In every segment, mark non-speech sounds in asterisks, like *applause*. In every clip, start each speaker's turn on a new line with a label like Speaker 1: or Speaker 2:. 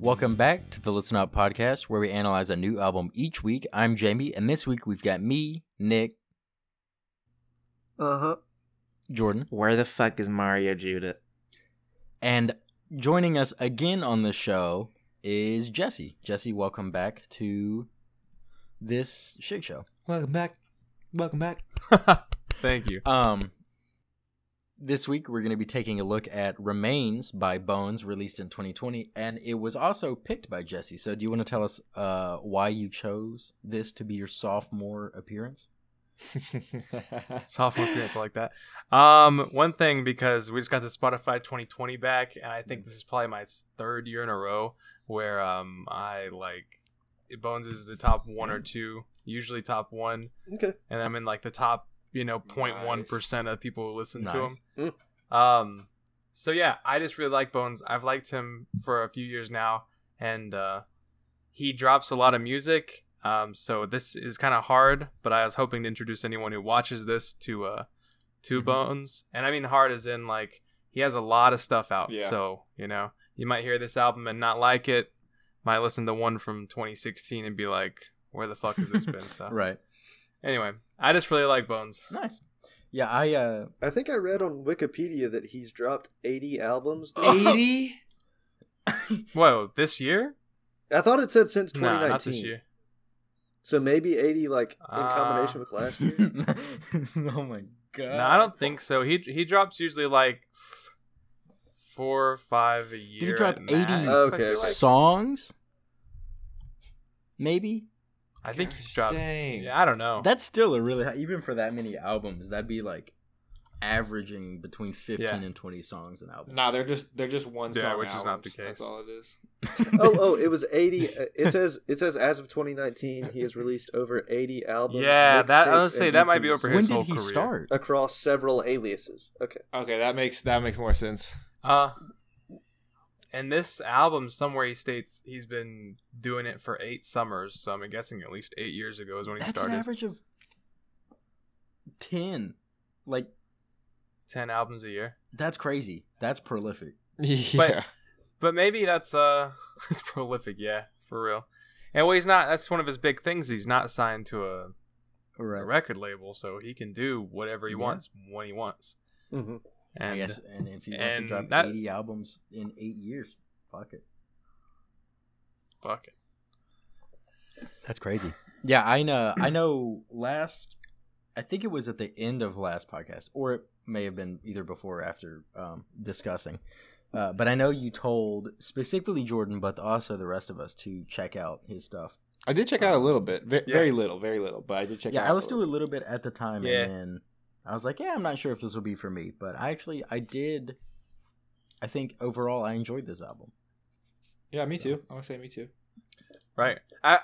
Speaker 1: Welcome back to the Listen Up podcast, where we analyze a new album each week. I'm Jamie, and this week we've got me, Nick,
Speaker 2: Uh huh.
Speaker 1: Jordan,
Speaker 3: Where the fuck is
Speaker 4: *laughs*
Speaker 3: Mario Judith?
Speaker 1: and joining us again on the show is Jesse. Jesse, welcome back to this shit show. *laughs*
Speaker 3: Welcome back. Welcome back.
Speaker 4: Thank you.
Speaker 1: Um, this week we're going to be taking a look at "Remains" by Bones, released in 2020, and it was also picked by Jesse. So, do you want to tell us uh, why you chose this to be your sophomore appearance?
Speaker 4: *laughs* Sophomore appearance, I like that. Um, one thing because we just got the Spotify 2020 back, and I think this is probably my s- third year in a row where um I like Bones is the top one or two, usually top one,
Speaker 2: Okay.
Speaker 4: and I'm in like the top you know
Speaker 3: Nice.
Speaker 4: 0.1 percent of people who listen to
Speaker 1: Nice.
Speaker 4: him. Um, so yeah, I just really like Bones. I've liked him for a few years now, and uh, he drops a lot of music. Um, so this is kind of hard, but I was hoping to introduce anyone who watches this to uh, to
Speaker 1: Mhm.
Speaker 4: Bones, and I mean hard as in like he has a lot of stuff out.
Speaker 3: Yeah.
Speaker 4: So you know, you might hear this album and not like it. Might listen to one from 2016 and be like, "Where the fuck has this been?" So
Speaker 1: Right.
Speaker 4: anyway, I just really like Bones.
Speaker 1: Nice. Yeah, I uh,
Speaker 2: I think I read on Wikipedia that he's dropped 80 albums.
Speaker 3: Oh. Eighty.
Speaker 4: Whoa, this year?
Speaker 2: I thought it said since
Speaker 4: No,
Speaker 2: 2019.
Speaker 4: not this year.
Speaker 2: So maybe 80 like in
Speaker 4: Ah.
Speaker 2: combination with last year.
Speaker 1: *laughs*
Speaker 3: *laughs*
Speaker 1: oh my god.
Speaker 4: No, I don't think so. He he drops usually like f- four or five a year.
Speaker 1: he drop
Speaker 4: at
Speaker 1: 80?
Speaker 4: max, I,
Speaker 2: Okay.
Speaker 4: feel like.
Speaker 1: songs. Maybe
Speaker 4: I think he's dropped.
Speaker 3: Dang.
Speaker 4: Yeah, I don't
Speaker 2: Oh.
Speaker 4: know.
Speaker 1: that's still a really high, even for that many albums. That'd be like averaging between 15
Speaker 4: Yeah.
Speaker 1: and 20 songs an album.
Speaker 3: *laughs* Nah, they're just they're just one
Speaker 4: Yeah,
Speaker 3: song.
Speaker 4: which is not
Speaker 3: albums.
Speaker 4: the
Speaker 3: That's
Speaker 4: case.
Speaker 3: all it is.
Speaker 2: *laughs* oh, oh, it was 80. uh, It says it says as of 2019, he has released over 80 albums.
Speaker 4: Yeah, that- I would
Speaker 2: mixtapes,
Speaker 4: say
Speaker 2: and
Speaker 4: that might be
Speaker 2: EPs
Speaker 4: over
Speaker 1: when
Speaker 4: his
Speaker 1: did
Speaker 4: whole
Speaker 1: he
Speaker 4: career.
Speaker 1: start?
Speaker 2: across several aliases. Okay.
Speaker 3: Okay, that makes that makes more sense.
Speaker 4: Uh, and this album, somewhere he states he's been doing it for eight summers. So I'm guessing at least eight years ago is when he
Speaker 1: That's
Speaker 4: started.
Speaker 1: an average of 10. Like,
Speaker 4: Ten albums a year.
Speaker 1: that's crazy. That's prolific.
Speaker 3: *laughs* yeah.
Speaker 4: But maybe that's uh, *laughs* it's prolific. Yeah, for real. And well, he's not. That's one of his big things. He's not signed to a a
Speaker 1: Right.
Speaker 4: record label, so he can do whatever he
Speaker 1: Yeah.
Speaker 4: wants when he wants.
Speaker 2: Mm-hmm.
Speaker 4: And
Speaker 1: I guess, and if he wants to
Speaker 4: and
Speaker 1: drop
Speaker 4: that-
Speaker 1: 80 albums in eight years, fuck it.
Speaker 4: fuck it.
Speaker 1: That's crazy. Yeah, I know. I know. Last, I think it was at the end of last podcast, or it may have been either before or after um, discussing. Uh, but I know you told specifically Jordan, but also the rest of us to check out his stuff.
Speaker 3: I did check out a little bit, very,
Speaker 4: Um, Yeah.
Speaker 3: very little, very little, but I did check out.
Speaker 1: yeah, I listened to a little bit at the time,
Speaker 4: Yeah.
Speaker 1: and then I was like, yeah, I'm not sure if this will be for me, but I actually I did. I think overall I enjoyed this album.
Speaker 3: Yeah, me
Speaker 1: So.
Speaker 3: too. I'm gonna say me too.
Speaker 4: Right. I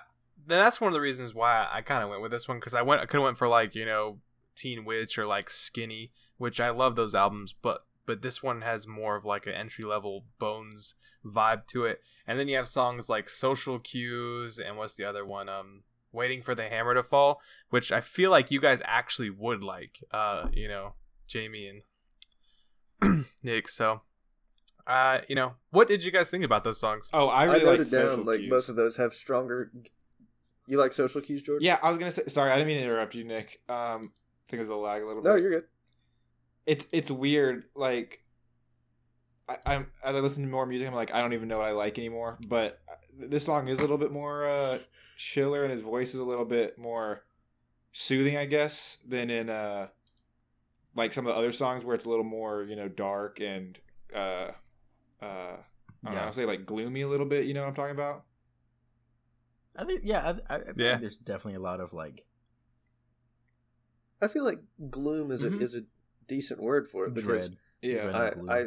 Speaker 4: then that's one of the reasons why I kind of went with this one because I went I could have went for like you know Teen Witch or like Skinny, which I love those albums, but but this one has more of like an entry level Bones vibe to it, and then you have songs like Social Cues and what's the other one? Um, Waiting for the Hammer to Fall, which I feel like you guys actually would like. Uh, you know, Jamie and *clears throat* Nick. So, uh, you know, what did you guys think about those songs?
Speaker 3: Oh, I
Speaker 2: I,
Speaker 3: really like
Speaker 2: noted
Speaker 3: social
Speaker 2: down like
Speaker 3: cues.
Speaker 2: both of those have stronger. You like social cues, Jordan?
Speaker 3: Yeah, I was gonna say. Sorry, I didn't mean to interrupt you, Nick. Um, I think it was a lag a little bit.
Speaker 2: No, you're good.
Speaker 3: it's it's weird. Like, I, I'm as I listen to more music, I'm like, I don't even know what I like anymore. But uh, this song is a little bit more uh, chiller, and his voice is a little bit more soothing, I guess, than in uh, like some of the other songs where it's a little more you know dark and uh, uh, I don't know,
Speaker 1: Yeah.
Speaker 3: I'll say like gloomy a little bit. You know what I'm talking about?
Speaker 1: I think yeah, I, I, I
Speaker 4: Yeah.
Speaker 1: Think there's definitely a lot of like
Speaker 2: I feel like gloom is
Speaker 3: Mm-hmm.
Speaker 4: Mhm.
Speaker 2: a is a decent word for it because
Speaker 1: dread.
Speaker 3: Yeah.
Speaker 1: Dread.
Speaker 2: I,
Speaker 1: Gloom.
Speaker 2: I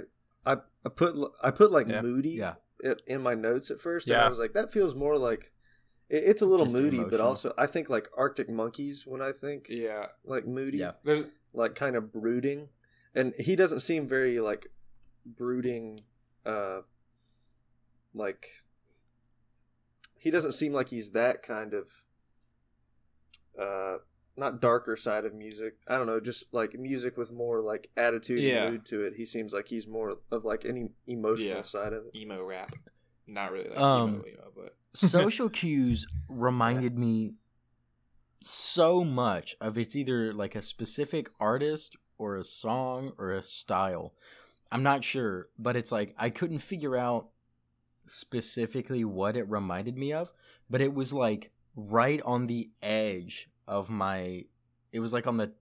Speaker 2: I I put l- I put like
Speaker 4: Yeah.
Speaker 2: moody
Speaker 1: Yeah,
Speaker 2: i- in my notes at first, and
Speaker 4: Yeah.
Speaker 2: I was like, that feels more like It, it's a little
Speaker 1: Just
Speaker 2: moody, but
Speaker 1: emotional.
Speaker 2: also I think like Arctic Monkeys when I think
Speaker 3: Yeah,
Speaker 2: like moody,
Speaker 1: Yeah.
Speaker 3: there's
Speaker 2: like kind of brooding, and he doesn't seem very like brooding, uh, like he doesn't seem like he's that kind of, uh, not darker side of music. I don't know, just like music with more like attitude
Speaker 3: Yeah.
Speaker 2: and mood to it. He seems like he's more of like any emotional
Speaker 3: Yeah.
Speaker 2: side of it.
Speaker 3: emo rap. Not really like
Speaker 1: Um,
Speaker 3: emo, emo, but
Speaker 4: *laughs*
Speaker 1: social cues reminded me so much of it's either like a specific artist or a song or a style. I'm not sure, but it's like I couldn't figure out specifically what it reminded me of, but it was like right on the edge of my it was like on the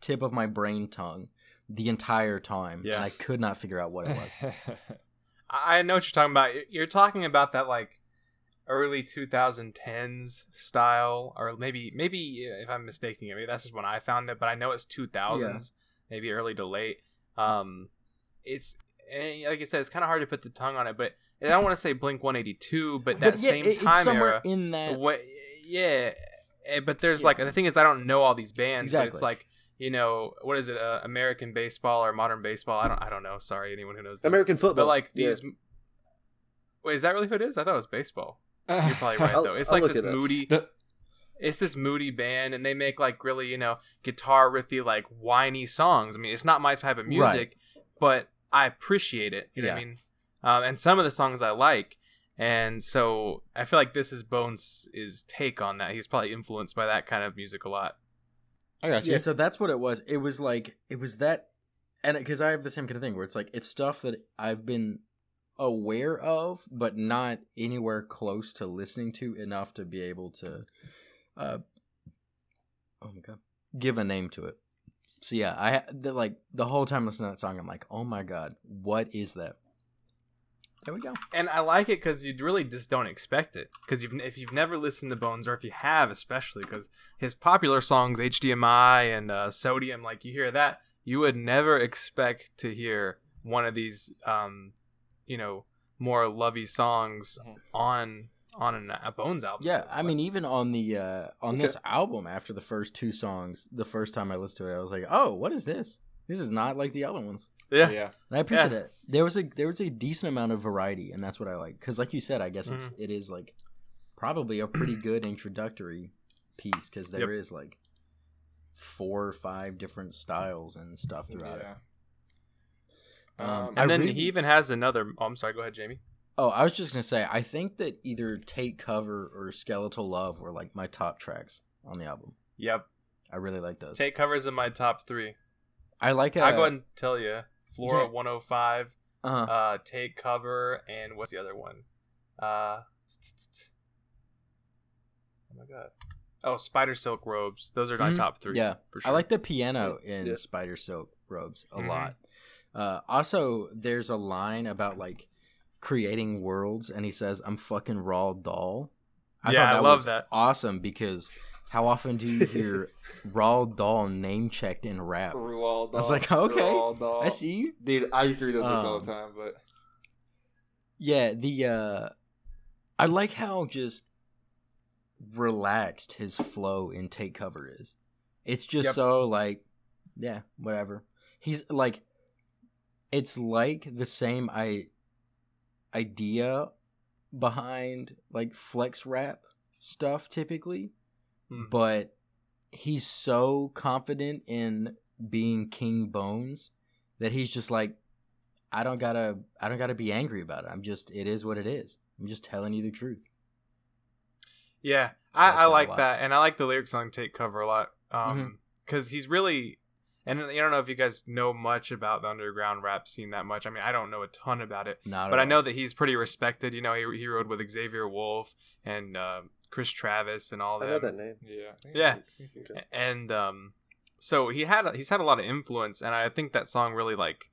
Speaker 1: tip of my brain tongue the entire time
Speaker 4: Yeah.
Speaker 1: and I could not figure out what it was.
Speaker 3: *laughs*
Speaker 4: I I know what you're talking about. You're- You're talking about that like early 2010s style, or maybe maybe uh, if I'm mistaking it, maybe that's just when I found it. But I know it's 2000s, maybe early to late. Um, it's and like you said, it's kind of hard to put the tongue on it, but and I don't want to say Blink 182, *laughs* but that
Speaker 1: But yeah,
Speaker 4: same
Speaker 1: it- it's
Speaker 4: time
Speaker 1: somewhere
Speaker 4: era.
Speaker 1: in that
Speaker 4: What? Yeah, eh, but there's
Speaker 1: Yeah.
Speaker 4: like the thing is I don't know all these bands, but
Speaker 1: Exactly.
Speaker 4: it's like. You know what is it? Uh, American baseball or modern baseball? I don't. I don't know. Sorry, anyone who knows. that.
Speaker 2: American football,
Speaker 4: But like
Speaker 2: Yeah.
Speaker 4: these. Wait, is that really who it is? I thought it was baseball.
Speaker 2: *laughs*
Speaker 4: You're probably right
Speaker 2: I'll-
Speaker 4: though. It's
Speaker 2: I'll
Speaker 4: like
Speaker 2: look
Speaker 4: this
Speaker 2: it up.
Speaker 4: moody.
Speaker 3: The-
Speaker 4: It's this moody band, and they make like really you know guitar riffy like whiny songs. I mean, it's not my type of music, but I appreciate it. You know what I
Speaker 1: Yeah.
Speaker 4: mean? Um, and some of the songs I like, and so I feel like this is Bones' is take on that. He's probably influenced by that kind of music a lot.
Speaker 3: I got you.
Speaker 1: Yeah, so that's what it was. It was like it was that, and because I have the same kind of thing where it's like it's stuff that I've been aware of, but not anywhere close to listening to enough to be able to, uh, oh my god, give a name to it. So yeah, I the, like the whole time listening to that song, I'm like, oh my god, what is that? There we go.
Speaker 4: and I like it because you really just don't expect it. Because you've, if you've never listened to Bones, or if you have, especially because his popular songs HDMI and uh, Sodium, like you hear that, you would never expect to hear one of these, um, you know, more lovey songs
Speaker 3: Mhm.
Speaker 4: on on an, a Bones album.
Speaker 1: Mm-hmm. Yeah, I mean, even on the uh, on
Speaker 2: Okay.
Speaker 1: this album, after the first two songs, the first time I listened to it, I was like, "Oh, what is this? This is not like the other ones."
Speaker 4: yeah,
Speaker 3: *laughs* yeah.
Speaker 1: And I appreciate it. There was a there was a decent amount of variety, and that's what I like. Because, like you said, I guess
Speaker 4: Mm-hmm.
Speaker 1: it's it is like probably a pretty good introductory piece because there is like four or five different styles and stuff throughout it.
Speaker 3: yeah.
Speaker 1: Um,
Speaker 3: Um,
Speaker 4: and
Speaker 1: I
Speaker 4: then
Speaker 1: really-
Speaker 4: he even has another. Oh, I'm sorry. Go ahead, Jamie.
Speaker 1: Oh, I was just gonna say, I think that either "Take Cover" or "Skeletal Love" were like my top tracks on the album.
Speaker 4: Yep.
Speaker 1: I really like those.
Speaker 4: Take covers in my top three.
Speaker 1: I like. Uh,
Speaker 4: I'll go ahead and tell you. Flora
Speaker 1: Yeah.
Speaker 4: 105.
Speaker 1: uh,
Speaker 4: uh take cover and what's the other one uh t- t- t- t- oh my god oh spider silk robes those are my
Speaker 1: Mhm.
Speaker 4: top three
Speaker 1: Yeah,
Speaker 4: for
Speaker 1: I like the piano in
Speaker 2: Yeah.
Speaker 1: Spider Silk Robes a
Speaker 4: Mhm.
Speaker 1: lot. Uh, also, there's a line about like creating worlds, and he says, "I'm fucking raw doll."
Speaker 4: Yeah, I love
Speaker 1: was
Speaker 4: that.
Speaker 1: Awesome, because how often do you
Speaker 4: *laughs*
Speaker 1: hear raw doll name checked in rap?
Speaker 3: Roald
Speaker 1: I was
Speaker 3: Dahl,
Speaker 1: like, okay,
Speaker 3: Roald Dahl.
Speaker 1: I see you.
Speaker 3: Dude, I used to read those books all
Speaker 1: Um,
Speaker 3: the time, but
Speaker 1: Yeah, the uh I like how just relaxed his flow in take cover is. It's just
Speaker 4: Yep.
Speaker 1: so like yeah, whatever. He's like it's like the same I idea behind like flex rap stuff typically,
Speaker 4: Mm.
Speaker 1: but he's so confident in being King Bones that he's just like I don't gotta I don't gotta be angry about it. I'm just it is what it is. I'm just telling you the truth.
Speaker 4: yeah
Speaker 1: I like
Speaker 4: i,
Speaker 1: that a
Speaker 4: I like
Speaker 1: lot. Mm-hmm.
Speaker 4: that and i like the lyrics on take cover a lot um because he's really and i don't know if you guys know much about the underground rap scene that much i mean i don't know a ton about it
Speaker 1: Not
Speaker 4: but
Speaker 1: at
Speaker 4: I know
Speaker 1: all.
Speaker 4: that he's pretty respected. You know, he, he rode with Xavier Wolf and uh, Chris Travis and all
Speaker 2: I
Speaker 4: that.
Speaker 2: know that name.
Speaker 3: yeah.
Speaker 4: Yeah.
Speaker 2: Okay.
Speaker 4: and um so he had he's had a lot of influence and i think that song really like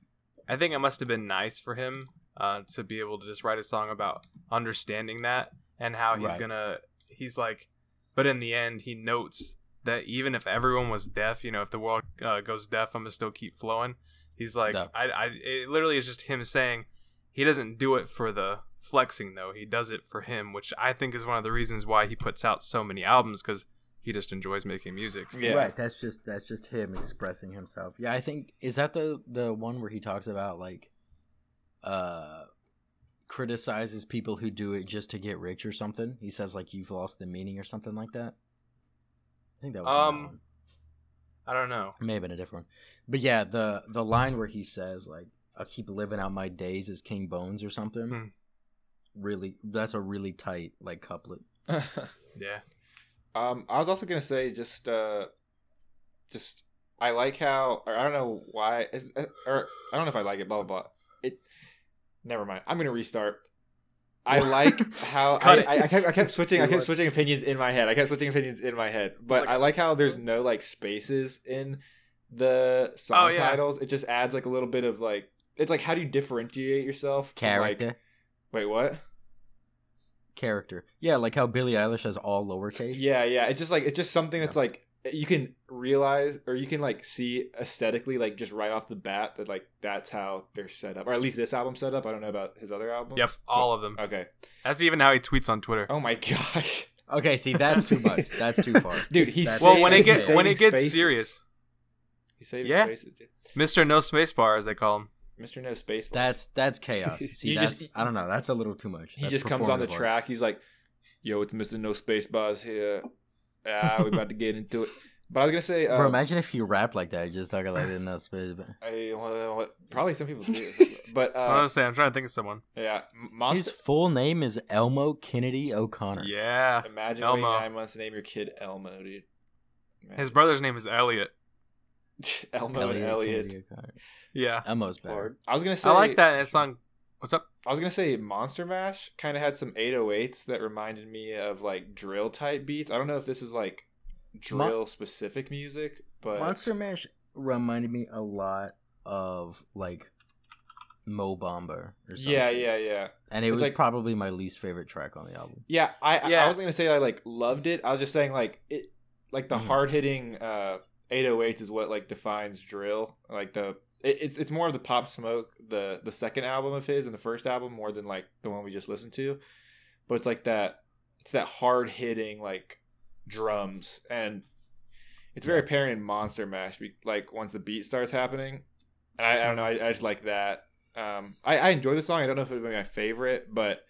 Speaker 4: i think it must have been nice for him uh to be able to just write a song about understanding that and how he's
Speaker 1: Right.
Speaker 4: gonna he's like but in the end he notes that even if everyone was deaf you know if the world uh, goes deaf i'm gonna still keep flowing he's like
Speaker 1: Yeah.
Speaker 4: I, I it literally is just him saying he doesn't do it for the flexing though. He does it for him, which I think is one of the reasons why he puts out so many albums because he just enjoys making music.
Speaker 3: Yeah.
Speaker 1: Right. That's just that's just him expressing himself. Yeah, I think is that the the one where he talks about like uh criticizes people who do it just to get rich or something. He says like you've lost the meaning or something like that. I think that was in that
Speaker 4: Um,
Speaker 1: one.
Speaker 4: I don't know.
Speaker 1: It may have been a different one. But yeah, the the line where he says like I'll keep living out my days as King Bones or something.
Speaker 4: Hmm.
Speaker 1: Really that's a really tight like couplet.
Speaker 4: Yeah.
Speaker 3: Um, I was also gonna say just uh, just I like how or I don't know why is, uh, or I don't know if I like it. Blah blah blah. It. Never mind. I'm gonna restart.
Speaker 4: *laughs*
Speaker 3: I like how
Speaker 4: Cut
Speaker 3: I,
Speaker 4: it.
Speaker 3: I, I kept I kept switching I
Speaker 1: Good
Speaker 3: kept
Speaker 1: luck.
Speaker 3: switching opinions in my head. I kept switching opinions in my head. But
Speaker 4: like-
Speaker 3: I like how there's no like spaces in the
Speaker 4: Oh,
Speaker 3: song
Speaker 4: yeah.
Speaker 3: titles. It just adds like a little bit of like it's like how do you differentiate yourself? from, like-
Speaker 1: Character.
Speaker 3: wait, what?
Speaker 1: Character. Yeah, like how Billie Eilish has all lowercase.
Speaker 3: Yeah, yeah. It's just like it's just something that's like you can realize or you can like see aesthetically like just right off the bat that like that's how they're set up or at least this album set up. I don't know about his other album.
Speaker 4: Yep. All of them.
Speaker 3: Okay.
Speaker 4: That's even how he tweets on Twitter.
Speaker 3: Oh my *laughs* gosh,
Speaker 1: Okay, see that's too much. That's too
Speaker 3: *laughs*
Speaker 1: far.
Speaker 3: dude. He's
Speaker 1: That's-
Speaker 4: Well,
Speaker 1: Saving-
Speaker 4: when it
Speaker 3: gets
Speaker 4: gets when it gets
Speaker 3: spaces.
Speaker 4: serious,
Speaker 3: he's saving
Speaker 4: Yeah.
Speaker 3: spaces, dude.
Speaker 4: Mister No Space Bar, as they call him.
Speaker 3: Mr. No Space. Balls.
Speaker 1: That's that's chaos. See,
Speaker 3: You
Speaker 1: that's
Speaker 3: just-
Speaker 1: I don't know. That's a little too much.
Speaker 3: he
Speaker 1: That's
Speaker 3: just comes on the
Speaker 1: performative art.
Speaker 3: track. He's like, "Yo, it's Mr. No Space Bars here. Ah, we about to get into it." But I was gonna say,
Speaker 1: Bro,
Speaker 3: uh,
Speaker 1: imagine if you rap like that. Just talking like in that space. But...
Speaker 3: I, well, probably some
Speaker 1: *laughs*
Speaker 3: people do, this, but uh,
Speaker 4: Honestly, I'm trying to think of someone.
Speaker 3: yeah,
Speaker 1: His
Speaker 3: Monster.
Speaker 1: full name is Elmo Kennedy O'Connor.
Speaker 4: Yeah.
Speaker 3: Imagine
Speaker 4: Elmo.
Speaker 3: waiting nine months to name your kid Elmo, dude. Imagine.
Speaker 4: His brother's name is Elliot.
Speaker 3: *laughs* Elmo and Elliot.
Speaker 1: Kennedy O'Connor.
Speaker 4: Yeah.
Speaker 1: Elmo's better.
Speaker 2: Lord.
Speaker 3: I was gonna say
Speaker 4: I like that in his song. What's up?
Speaker 3: I was gonna say Monster Mash kind of had some 808s that reminded me of like drill type beats. I don't know if this is like drill specific music, but
Speaker 1: Monster Mash reminded me a lot of like Mo Bamba or something.
Speaker 3: yeah, yeah, yeah,
Speaker 1: And it
Speaker 3: It's
Speaker 1: was
Speaker 3: like-
Speaker 1: probably my least favorite track on the album.
Speaker 3: yeah. I I- I
Speaker 4: Yeah.
Speaker 3: was gonna say I like loved it. I was just saying like it, like the
Speaker 1: Mhm.
Speaker 3: hard hitting uh 808s is what like defines drill. Like the it, it's it's more of the Pop Smoke the the second album of his and the first album more than like the one we just listened to. but it's like that it's that hard hitting like drums and it's very apparent in monster mash be- like once the beat starts happening and i, I
Speaker 1: Hmm.
Speaker 3: don't know I, I just like that um i i enjoy the song i don't know if it would be my favorite but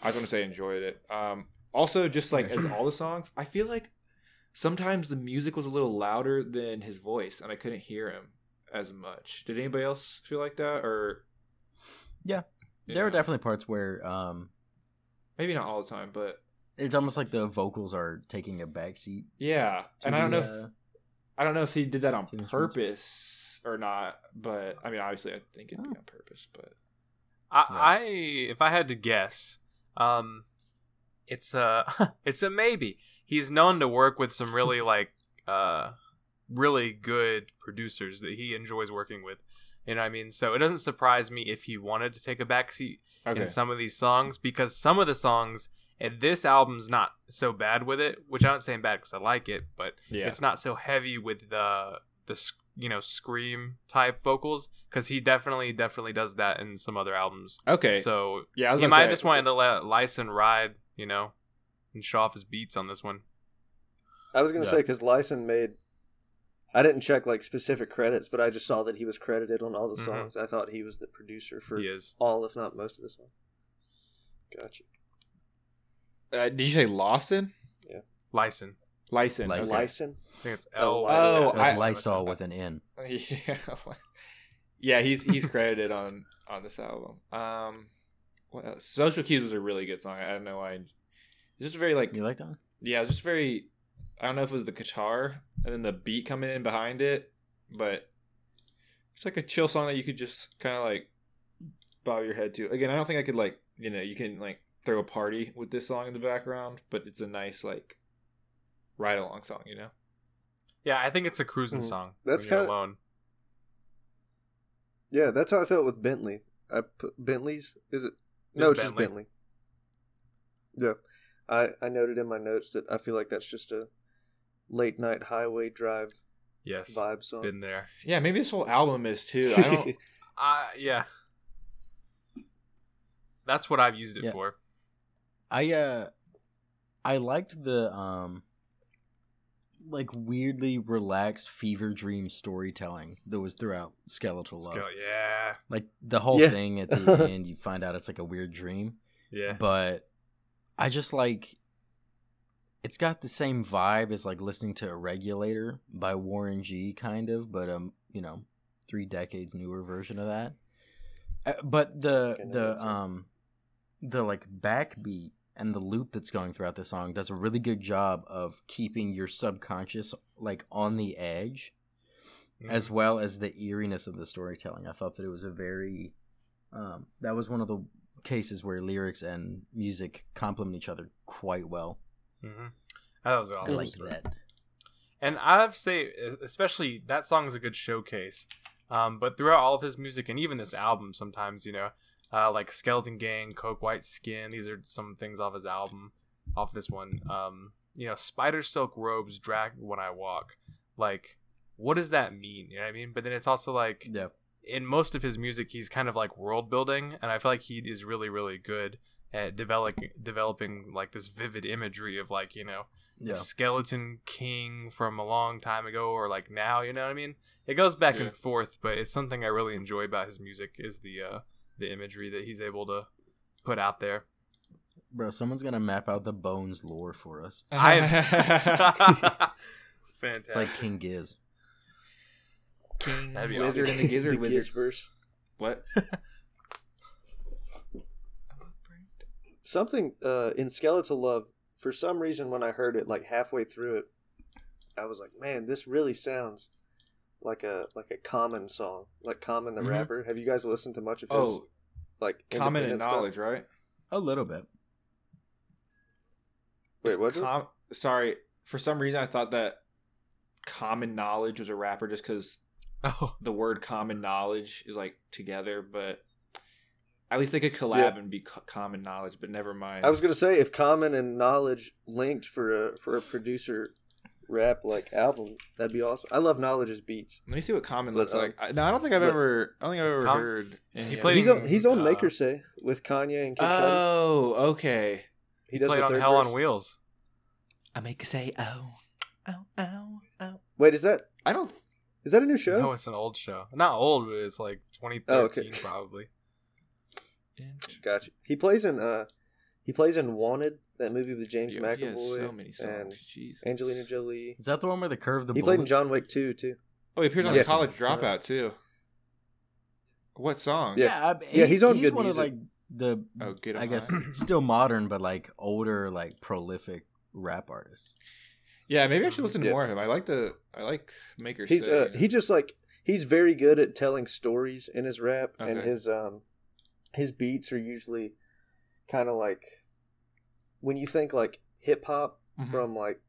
Speaker 3: i was gonna say I enjoyed it um also just like
Speaker 1: *clears throat*
Speaker 3: as all the songs i feel like sometimes the music was a little louder than his voice and i couldn't hear him as much did anybody else feel like that or
Speaker 1: Yeah. There are
Speaker 3: Yeah.
Speaker 1: definitely parts where um,
Speaker 3: maybe not all the time but
Speaker 1: it's almost like the vocals are taking a backseat.
Speaker 3: yeah
Speaker 1: to
Speaker 3: and i don't know
Speaker 1: the,
Speaker 3: if
Speaker 1: uh,
Speaker 3: I don't know if he did that on
Speaker 1: Two instruments.
Speaker 3: purpose or not, but I mean, obviously, I think it'd be
Speaker 1: Oh.
Speaker 3: on purpose. But
Speaker 4: I,
Speaker 1: Yeah.
Speaker 4: I if I had to guess, um, it's a *laughs* it's a maybe. He's known to work with some really like uh really good producers that he enjoys working with. You know what I mean? So it doesn't surprise me if he wanted to take a backseat in some of these songs because some of the songs and this album's not so bad with it, which I'm not saying bad because I like it, but
Speaker 3: yeah,
Speaker 4: it's not so heavy with the the s- you know scream type vocals because he definitely definitely does that in some other albums.
Speaker 3: okay. So
Speaker 4: So
Speaker 3: yeah, I was
Speaker 4: he
Speaker 3: gonna
Speaker 4: might
Speaker 3: say-
Speaker 4: have just wanted to let Lyson ride, you know, and show off his beats on this one.
Speaker 2: I was gonna
Speaker 1: Yeah.
Speaker 2: say because Lyson made. I didn't check like specific credits, but I just saw that he was credited on all the
Speaker 4: Mhm.
Speaker 2: songs. I thought he was the producer for
Speaker 4: He is.
Speaker 2: all, if not most of the songs. Gotcha.
Speaker 3: Uh, did you say Lawson?
Speaker 4: Lyson.
Speaker 1: Lyson.
Speaker 3: Lyson. okay.
Speaker 2: Lyson.
Speaker 4: I think it's L.
Speaker 2: Oh,
Speaker 3: Oh,
Speaker 1: It's
Speaker 3: I-
Speaker 1: like Lysol with an N.
Speaker 3: *laughs* Yeah. yeah, he's he's credited on on this album. Um, what else? Social Cues was a really good song. I don't know why. It's just very like
Speaker 1: You like that? one?
Speaker 3: yeah, it was just very. I don't know if it was the guitar and then the beat coming in behind it, but it's like a chill song that you could just kind of like bow your head to. Again, I don't think I could like you know you can like throw a party with this song in the background, but it's a nice like ride along song, you know.
Speaker 4: yeah, I think it's a cruising
Speaker 2: Mhm.
Speaker 4: song.
Speaker 2: That's
Speaker 4: That's kind of
Speaker 2: kinda-
Speaker 4: alone.
Speaker 2: Yeah, that's how I felt with Bentley. I put Bentley's. Is it? No,
Speaker 4: It's
Speaker 2: it's just Bentley.
Speaker 4: Bentley.
Speaker 2: Yeah, I I noted in my notes that I feel like that's just a late night highway drive
Speaker 4: Yes,
Speaker 2: vibe song.
Speaker 4: been there.
Speaker 3: Yeah, maybe *laughs* this whole album is too. I don't.
Speaker 4: Uh, yeah. That's what I've used it
Speaker 1: Yeah.
Speaker 4: for.
Speaker 1: I uh I liked the um like weirdly relaxed fever dream storytelling that was throughout Skeletal Love.
Speaker 4: Skill, yeah,
Speaker 1: Like the whole
Speaker 2: Yeah.
Speaker 1: thing at
Speaker 3: *laughs*
Speaker 1: the end you find out it's like a weird dream.
Speaker 4: yeah.
Speaker 1: But I just like it's got the same vibe as like listening to a regulator by Warren G kind of, but um, you know, three decades newer version of that. Uh, But the
Speaker 2: Kinda is,
Speaker 1: the
Speaker 2: yeah.
Speaker 1: um the like backbeat and the loop that's going throughout the song does a really good job of keeping your subconscious like on the edge as well as the eeriness of the storytelling. I thought that it was a very um, that was one of the cases where lyrics and music complement each other quite well.
Speaker 4: Mm-hmm. That was
Speaker 1: I
Speaker 4: awesome.
Speaker 1: liked that.
Speaker 4: And I've say, especially that song is a good showcase. Um, but throughout all of his music and even this album, sometimes you know, uh, like Skeleton Gang, Coke White Skin, these are some things off his album, off this one. Um, you know, Spider Silk Robes Drag When I Walk. Like, what does that mean? You know what I mean? But then it's also like
Speaker 1: Yeah.
Speaker 4: in most of his music, he's kind of like world building, and I feel like he is really, really good at developing developing like this vivid imagery of like you know
Speaker 1: Yeah.
Speaker 4: a skeleton king from a long time ago or like now you know what i mean it goes back
Speaker 3: Yeah.
Speaker 4: and forth but it's something i really enjoy about his music is the uh the imagery that he's able to put out
Speaker 2: *laughs*
Speaker 4: there
Speaker 1: Bro, someone's gonna map out the bones lore for us.
Speaker 4: I've-
Speaker 3: *laughs* I've
Speaker 4: fantastic
Speaker 1: It's like King Giz.
Speaker 3: King
Speaker 4: That'd be
Speaker 3: Wizard
Speaker 4: awesome.
Speaker 2: *laughs*
Speaker 3: and the Gizzard Wizard.
Speaker 2: Gizverse.
Speaker 3: What?
Speaker 2: Something uh, in Skeletal Love. For some reason, when I heard it, like halfway through it, I was like, "Man, this really sounds like a like a Common song, like Common the
Speaker 4: Mm-hmm.
Speaker 1: Mhm.
Speaker 2: rapper." Have you guys listened to much of his
Speaker 3: Oh,
Speaker 2: like
Speaker 3: common and
Speaker 2: independent stuff?
Speaker 3: knowledge, right?
Speaker 1: A little bit.
Speaker 2: Wait,
Speaker 3: If
Speaker 2: what?
Speaker 3: Com- sorry, for some reason I thought that common knowledge was a rapper just because
Speaker 4: *laughs* oh
Speaker 3: the word common knowledge is like together, but at least they could collab
Speaker 2: Yeah.
Speaker 3: and be co- common knowledge. But never mind.
Speaker 2: I was gonna say if Common and Knowledge linked for a for a producer rap like album, that'd be awesome. I love Knowledge's beats.
Speaker 3: Let me see what common
Speaker 2: But,
Speaker 3: looks
Speaker 2: um,
Speaker 3: like. I, no, I don't think I've
Speaker 2: but-
Speaker 3: ever. I don't think I've ever
Speaker 4: Com-
Speaker 3: heard. any
Speaker 4: He
Speaker 3: of
Speaker 4: played-
Speaker 3: these.
Speaker 2: He's on he's on
Speaker 4: Uh,
Speaker 2: Maker Say with Kanye and Kid Cudi.
Speaker 3: Oh, okay.
Speaker 2: He does
Speaker 4: played
Speaker 2: the
Speaker 4: on
Speaker 2: third
Speaker 4: hell
Speaker 2: verse.
Speaker 4: on wheels
Speaker 3: I make a say oh, oh, oh, oh.
Speaker 2: Wait, is that
Speaker 3: I don't.
Speaker 2: is that a new show?
Speaker 4: no it's an old show not old but it's like 2013
Speaker 2: Oh, okay. *laughs*
Speaker 4: probably
Speaker 3: Th-
Speaker 2: Gotcha. He plays in uh he plays in Wanted, that movie with James
Speaker 3: Yo, he has
Speaker 2: McAvoy
Speaker 3: so many
Speaker 2: and
Speaker 3: songs. Jeez.
Speaker 2: Angelina Jolie.
Speaker 1: Is that the one where the curve of the
Speaker 2: He played in
Speaker 1: bullets-
Speaker 2: John Wick 2 too.
Speaker 3: Oh, he appears on
Speaker 2: Yeah.
Speaker 3: College Dropout too. What song?
Speaker 2: Yeah.
Speaker 1: Yeah, I-
Speaker 2: Yeah, he's on
Speaker 1: he's
Speaker 2: good
Speaker 1: one of
Speaker 2: music.
Speaker 1: like the
Speaker 3: Oh, get him
Speaker 1: I guess
Speaker 3: high.
Speaker 1: *laughs* still modern but like older, like prolific rap artists.
Speaker 3: Yeah, maybe I should listen to
Speaker 2: Yeah.
Speaker 3: more of him. I like the I like Maker.
Speaker 2: He's
Speaker 3: Say.
Speaker 2: uh he just like he's very good at telling stories in his rap and
Speaker 3: Okay.
Speaker 2: his um his beats are usually kind of like when you think like hip hop
Speaker 3: Mhm.
Speaker 2: from like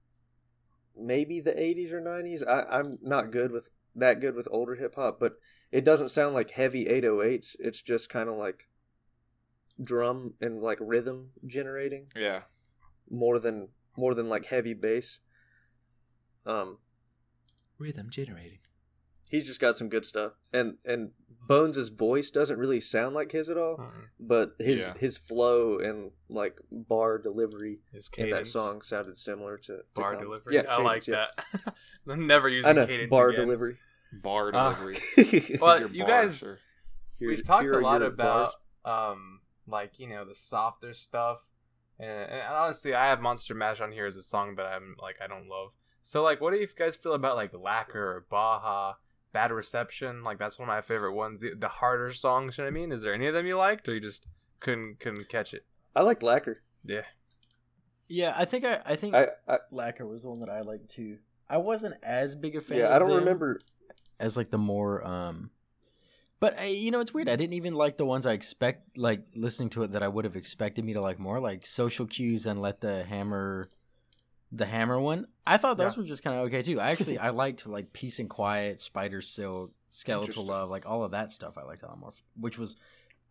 Speaker 2: maybe the 80s or 90s. I I'm not good with that good with older hip hop, but it doesn't sound like heavy 808s. It's just kind of like drum and like rhythm generating
Speaker 3: yeah.
Speaker 2: more than more than like heavy bass. Um
Speaker 3: Rhythm generating.
Speaker 2: he's just got some good stuff and and bones' voice doesn't really sound like his at all
Speaker 4: Mm.
Speaker 2: but his
Speaker 3: Yeah.
Speaker 2: his flow and like bar delivery
Speaker 4: his
Speaker 2: in
Speaker 4: cadence
Speaker 2: that song sounded similar to, to
Speaker 4: bar
Speaker 2: Common.
Speaker 4: delivery i like
Speaker 2: cadence, yeah.
Speaker 4: that *laughs* i'm never using
Speaker 2: i know
Speaker 4: cadence
Speaker 2: bar
Speaker 4: again.
Speaker 2: delivery
Speaker 3: Bar
Speaker 4: Ah. *laughs*
Speaker 3: delivery.
Speaker 2: *laughs*
Speaker 4: Well,
Speaker 3: Your
Speaker 4: you
Speaker 3: bar,
Speaker 4: guys-
Speaker 3: sir.
Speaker 4: We've
Speaker 2: Here's-
Speaker 4: talked
Speaker 2: here
Speaker 4: a
Speaker 2: are
Speaker 4: lot
Speaker 2: your
Speaker 4: about
Speaker 2: bars.
Speaker 4: um like you know the softer stuff, and, and honestly, I have Monster Mash on here as a song that I'm like I don't love. So like, what do you guys feel about like Lacquer or Baja? Bad reception, like that's one of my favorite ones. The, the harder songs, you know what I mean? Is there any of them you liked, or you just couldn't couldn't catch it?
Speaker 2: i like lacquer
Speaker 4: Yeah,
Speaker 1: Yeah, I think I I think
Speaker 2: i i
Speaker 1: Lacquer was the one that I liked too. I wasn't as big a fan.
Speaker 2: yeah
Speaker 1: of
Speaker 2: i don't
Speaker 1: them
Speaker 2: remember
Speaker 1: as like the more um, but I, you know it's weird. I didn't even like the ones I expect like listening to it that I would have expected me to like more, like social cues and let the hammer, the hammer one. I thought those were just kind of okay too. I actually I liked like peace and quiet, spider silk, skeletal
Speaker 3: Interesting.
Speaker 1: love, like all of that stuff. I liked a lot more, which was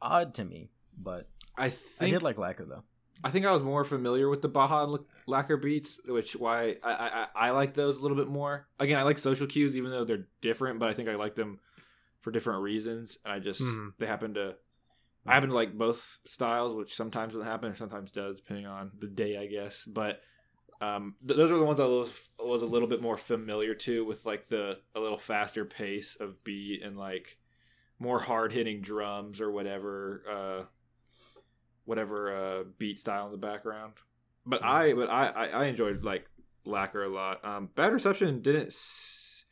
Speaker 1: odd to me, but
Speaker 3: I
Speaker 1: I
Speaker 3: think I,
Speaker 1: did like Lacquer though.
Speaker 3: think I was more familiar with the Baja and Lac- Lacquer beats, which why I, I I- I like those a little bit more. Again, I like social cues, even though they're different, but I think I like them for different reasons. And I just
Speaker 4: Mhm.
Speaker 3: they happen to I've been to like both styles, which sometimes doesn't happen or sometimes does, depending on the day, I guess. But um, th- those are the ones I was was a little bit more familiar to, with like the a little faster pace of beat and like more hard hitting drums or whatever, uh, whatever uh, beat style in the background. But I, but I, I, I enjoyed like Lacquer a lot. Um, Bad Reception didn't. S-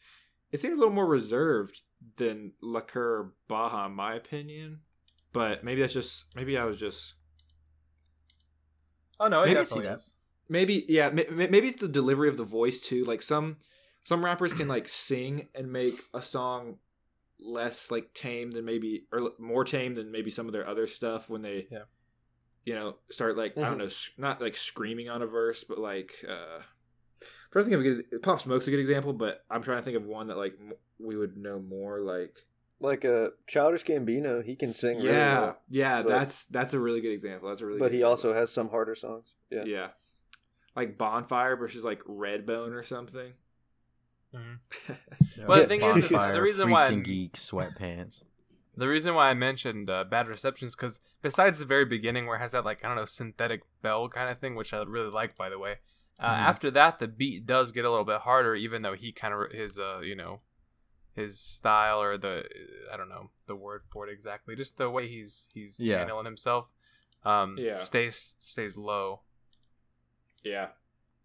Speaker 3: it seemed a little more reserved than Lacquer Baja, in my opinion. But maybe that's just maybe I was just
Speaker 4: Oh no, it
Speaker 3: Maybe I see
Speaker 4: definitely
Speaker 1: that.
Speaker 4: is.
Speaker 3: maybe yeah ma- ma- maybe it's the delivery of the voice too. Like some some rappers can like sing and make a song less like tame than maybe or l- more tame than maybe some of their other stuff when they
Speaker 4: Yeah.
Speaker 3: you know start like I don't
Speaker 2: Mhm.
Speaker 3: know s- not like screaming on a verse but like uh I'm trying to think of a good Pop Smoke's a good example but I'm trying to think of one that like m- we would know more like
Speaker 2: Like a childish Gambino, he can sing. really
Speaker 3: yeah
Speaker 2: well,
Speaker 3: yeah
Speaker 2: but-
Speaker 3: that's that's a really good example that's a really
Speaker 2: but
Speaker 3: good
Speaker 2: he
Speaker 3: example.
Speaker 2: also has some harder songs. Yeah.
Speaker 3: yeah. Like bonfire versus like red bone or something.
Speaker 4: Mhm.
Speaker 2: But the thing is-
Speaker 4: is the reason why-
Speaker 1: Freaks and geeks, sweatpants.
Speaker 4: The reason why I mentioned uh, bad receptions because besides the very beginning where it has that like I don't know synthetic bell kind of thing, which I really like by the way. Uh,
Speaker 3: Mm-hmm.
Speaker 1: Mhm.
Speaker 4: After that, the beat does get a little bit harder, even though he kind of his uh you know his style or the I don't know the word for it exactly, just the way he's he's
Speaker 1: Yeah.
Speaker 4: handling himself. Um,
Speaker 3: Yeah.
Speaker 4: stays stays low.
Speaker 3: Yeah.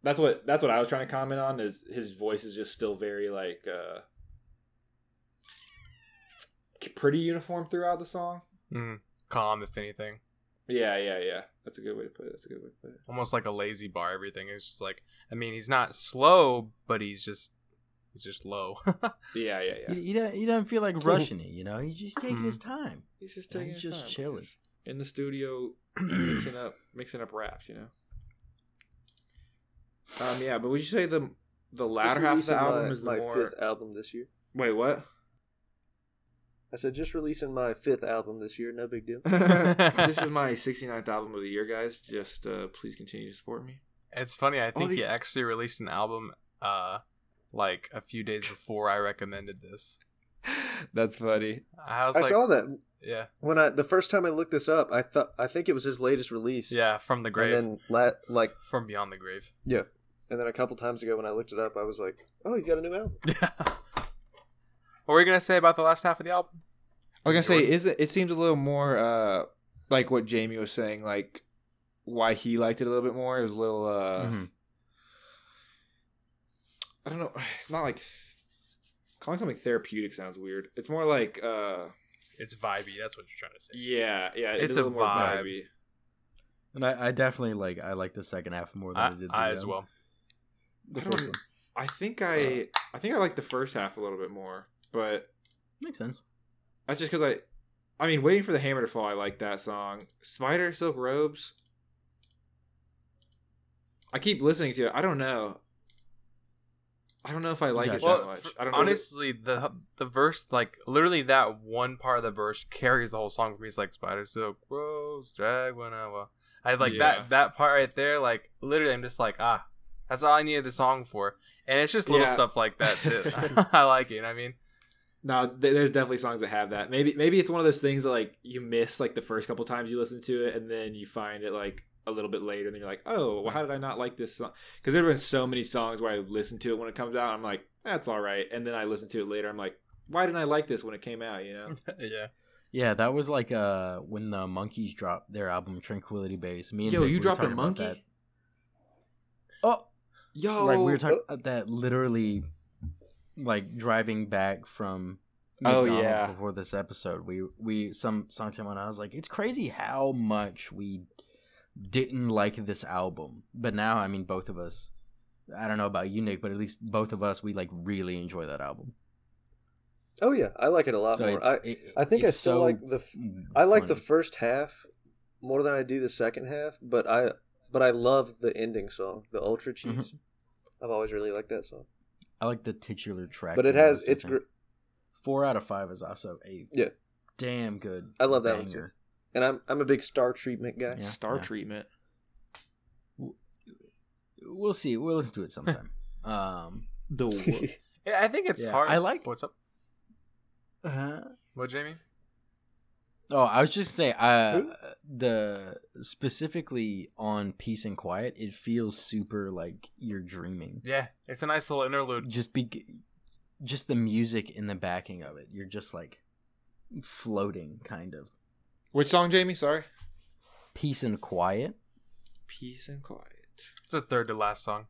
Speaker 3: That's what that's what I was trying to comment on is his voice is just still very like uh pretty uniform throughout the song.
Speaker 4: Mm, calm, if anything,
Speaker 3: Yeah, yeah, yeah. That's a good way to put it. That's a good way to put it.
Speaker 4: almost like a lazy bar. Everything is just like I mean, he's not slow, but he's just he's just low. *laughs*
Speaker 3: Yeah, yeah, yeah.
Speaker 1: He, he, doesn't, he doesn't feel like rushing it, you know? He's just taking his time.
Speaker 3: He's just
Speaker 1: Yeah,
Speaker 3: taking
Speaker 1: he's
Speaker 3: his
Speaker 1: just
Speaker 3: time.
Speaker 1: chilling.
Speaker 3: in the studio *clears throat* mixing up mixing up raps, you know. Um yeah, but would you say the the latter half of
Speaker 2: Just
Speaker 3: the
Speaker 2: releasing
Speaker 3: album
Speaker 2: my,
Speaker 3: is the
Speaker 2: my
Speaker 3: more
Speaker 2: fifth album this year.
Speaker 3: Wait, what?
Speaker 2: I said just releasing my fifth album this year. No big deal.
Speaker 3: *laughs* this is my 69th album of the year, guys. Just uh, please continue to support me.
Speaker 4: It's funny. I think
Speaker 3: these-
Speaker 4: he actually released an album, uh, like a few days before I recommended this.
Speaker 3: *laughs* That's funny.
Speaker 4: I was
Speaker 2: I
Speaker 4: like,
Speaker 2: saw that
Speaker 4: yeah,
Speaker 2: when I the first time I looked this up. I thought I think it was his latest release.
Speaker 4: yeah, from the grave,
Speaker 2: And then la- like
Speaker 4: from beyond the grave.
Speaker 2: yeah, and then a couple times ago when I looked it up, I was like, oh, he's got a new album.
Speaker 4: Yeah. What were you gonna say about the last half of the album?
Speaker 3: I was gonna say, is it? It seems a little more uh, like what Jamie was saying, like why he liked it a little bit more. It was a little. Uh,
Speaker 1: Mhm.
Speaker 3: I don't know. *sighs* It's not like th- calling something therapeutic sounds weird. It's more like, uh,
Speaker 4: It's vibey. That's what you're trying to say.
Speaker 3: yeah, yeah.
Speaker 4: It's
Speaker 3: is
Speaker 4: a
Speaker 3: little more
Speaker 4: vibe.
Speaker 3: vibey.
Speaker 1: And I, I definitely like I like the second half more than I,
Speaker 4: I,
Speaker 1: did the,
Speaker 4: I as
Speaker 1: um,
Speaker 4: well.
Speaker 1: the
Speaker 3: I
Speaker 1: first
Speaker 3: don't-
Speaker 1: one.
Speaker 3: I think I, I think I like the first half a little bit more, but
Speaker 1: Makes sense.
Speaker 3: That's just because I, I mean, waiting for the hammer to fall. I like that song. Spider silk robes. I keep listening to it. I don't know. I don't know if I like it
Speaker 1: Gotcha.
Speaker 3: that much. I don't know.
Speaker 4: Honestly, the the verse, like literally that one part of the verse carries the whole song for me. It's like spider silk rose, drag when I walk." I like
Speaker 3: Yeah.
Speaker 4: that that part right there. Like literally, I'm just like ah, that's all I needed the song for. And it's just little
Speaker 3: Yeah.
Speaker 4: stuff like that.
Speaker 3: *laughs*
Speaker 4: that *laughs* I like it. you know what I mean,
Speaker 3: no, th- there's definitely songs that have that. Maybe maybe it's one of those things that like you miss like the first couple times you listen to it, and then you find it like a little bit later, and then you're like, oh, well, how did I not like this song? Because there've been so many songs where I've listened to it when it comes out. I'm like, that's all right, and then I listen to it later. I'm like, why didn't I like this when it came out? You know.
Speaker 1: *laughs*
Speaker 4: yeah.
Speaker 1: Yeah, that was like uh when the monkeys dropped their album Tranquility Base. Me and Vic, we were talking about that.
Speaker 3: Oh, yo,
Speaker 1: Right, we were talking
Speaker 2: uh,
Speaker 1: about that literally like driving back from
Speaker 3: Oh,
Speaker 1: McDonald's
Speaker 3: yeah.
Speaker 1: before this episode. We we some song came on I was like, it's crazy how much we didn't like this album. But now I mean both of us I don't know about you, Nick, but at least both of us we like really enjoy that album.
Speaker 2: Oh yeah, I like it a lot
Speaker 1: So
Speaker 2: more.
Speaker 1: it's,
Speaker 2: I
Speaker 1: it-
Speaker 2: I think I
Speaker 1: it's
Speaker 2: still
Speaker 1: so
Speaker 2: like the f- I like the first half more than I do the second half, but I but I love the ending song, the Ultra Cheese. I've always really liked that song,
Speaker 1: I like the titular track,
Speaker 2: but it
Speaker 1: the most,
Speaker 2: has
Speaker 1: I
Speaker 2: it's
Speaker 1: think.
Speaker 2: gr-
Speaker 1: four out of five is also a
Speaker 2: Yeah.
Speaker 1: damn good.
Speaker 2: I love that one,
Speaker 1: banger.
Speaker 2: and I'm I'm a big Star Treatment guy.
Speaker 1: Yeah.
Speaker 3: Star treatment.
Speaker 1: We'll see. We'll listen to it sometime. um, *laughs*
Speaker 3: The
Speaker 4: Yeah, I think it's
Speaker 1: Yeah,
Speaker 4: hard.
Speaker 1: I like-
Speaker 3: Uh-huh.
Speaker 4: what's up,
Speaker 1: uh,
Speaker 4: what Jamie?
Speaker 1: Oh, I was just saying, uh,
Speaker 3: Who?
Speaker 1: the specifically on peace and quiet, it feels super like you're dreaming.
Speaker 4: Yeah, it's a nice little interlude.
Speaker 1: Just be, just the music in the backing of it. You're just like floating, kind of
Speaker 3: Which song, Jamie? Sorry.
Speaker 1: peace and quiet.
Speaker 3: Peace and quiet.
Speaker 4: It's the third to last song.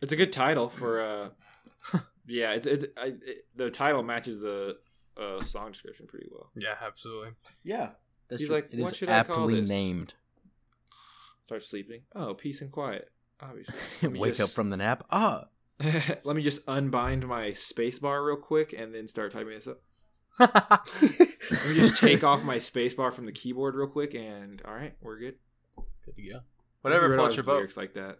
Speaker 3: It's a good title for. uh Yeah, it's it's I, it, the title matches the uh song description pretty well.
Speaker 4: Yeah, absolutely.
Speaker 1: Yeah, that's
Speaker 3: He's
Speaker 1: true.
Speaker 3: like,
Speaker 1: it is
Speaker 3: "What should I
Speaker 1: aptly
Speaker 3: call this?"
Speaker 1: named.
Speaker 3: Start sleeping. Oh, peace and quiet.
Speaker 1: *laughs*
Speaker 3: Obviously. Let me
Speaker 1: Wake up
Speaker 3: just-
Speaker 1: from the nap. Ah,
Speaker 3: *laughs* Let me just unbind my space bar real quick and then start typing
Speaker 1: *laughs*
Speaker 3: this up. Let me just take off my space bar from the keyboard real quick and all right, we're good.
Speaker 4: Good to go.
Speaker 3: I
Speaker 4: Whatever
Speaker 3: read all
Speaker 4: floats your
Speaker 3: his
Speaker 4: boat.
Speaker 3: Lyrics like that.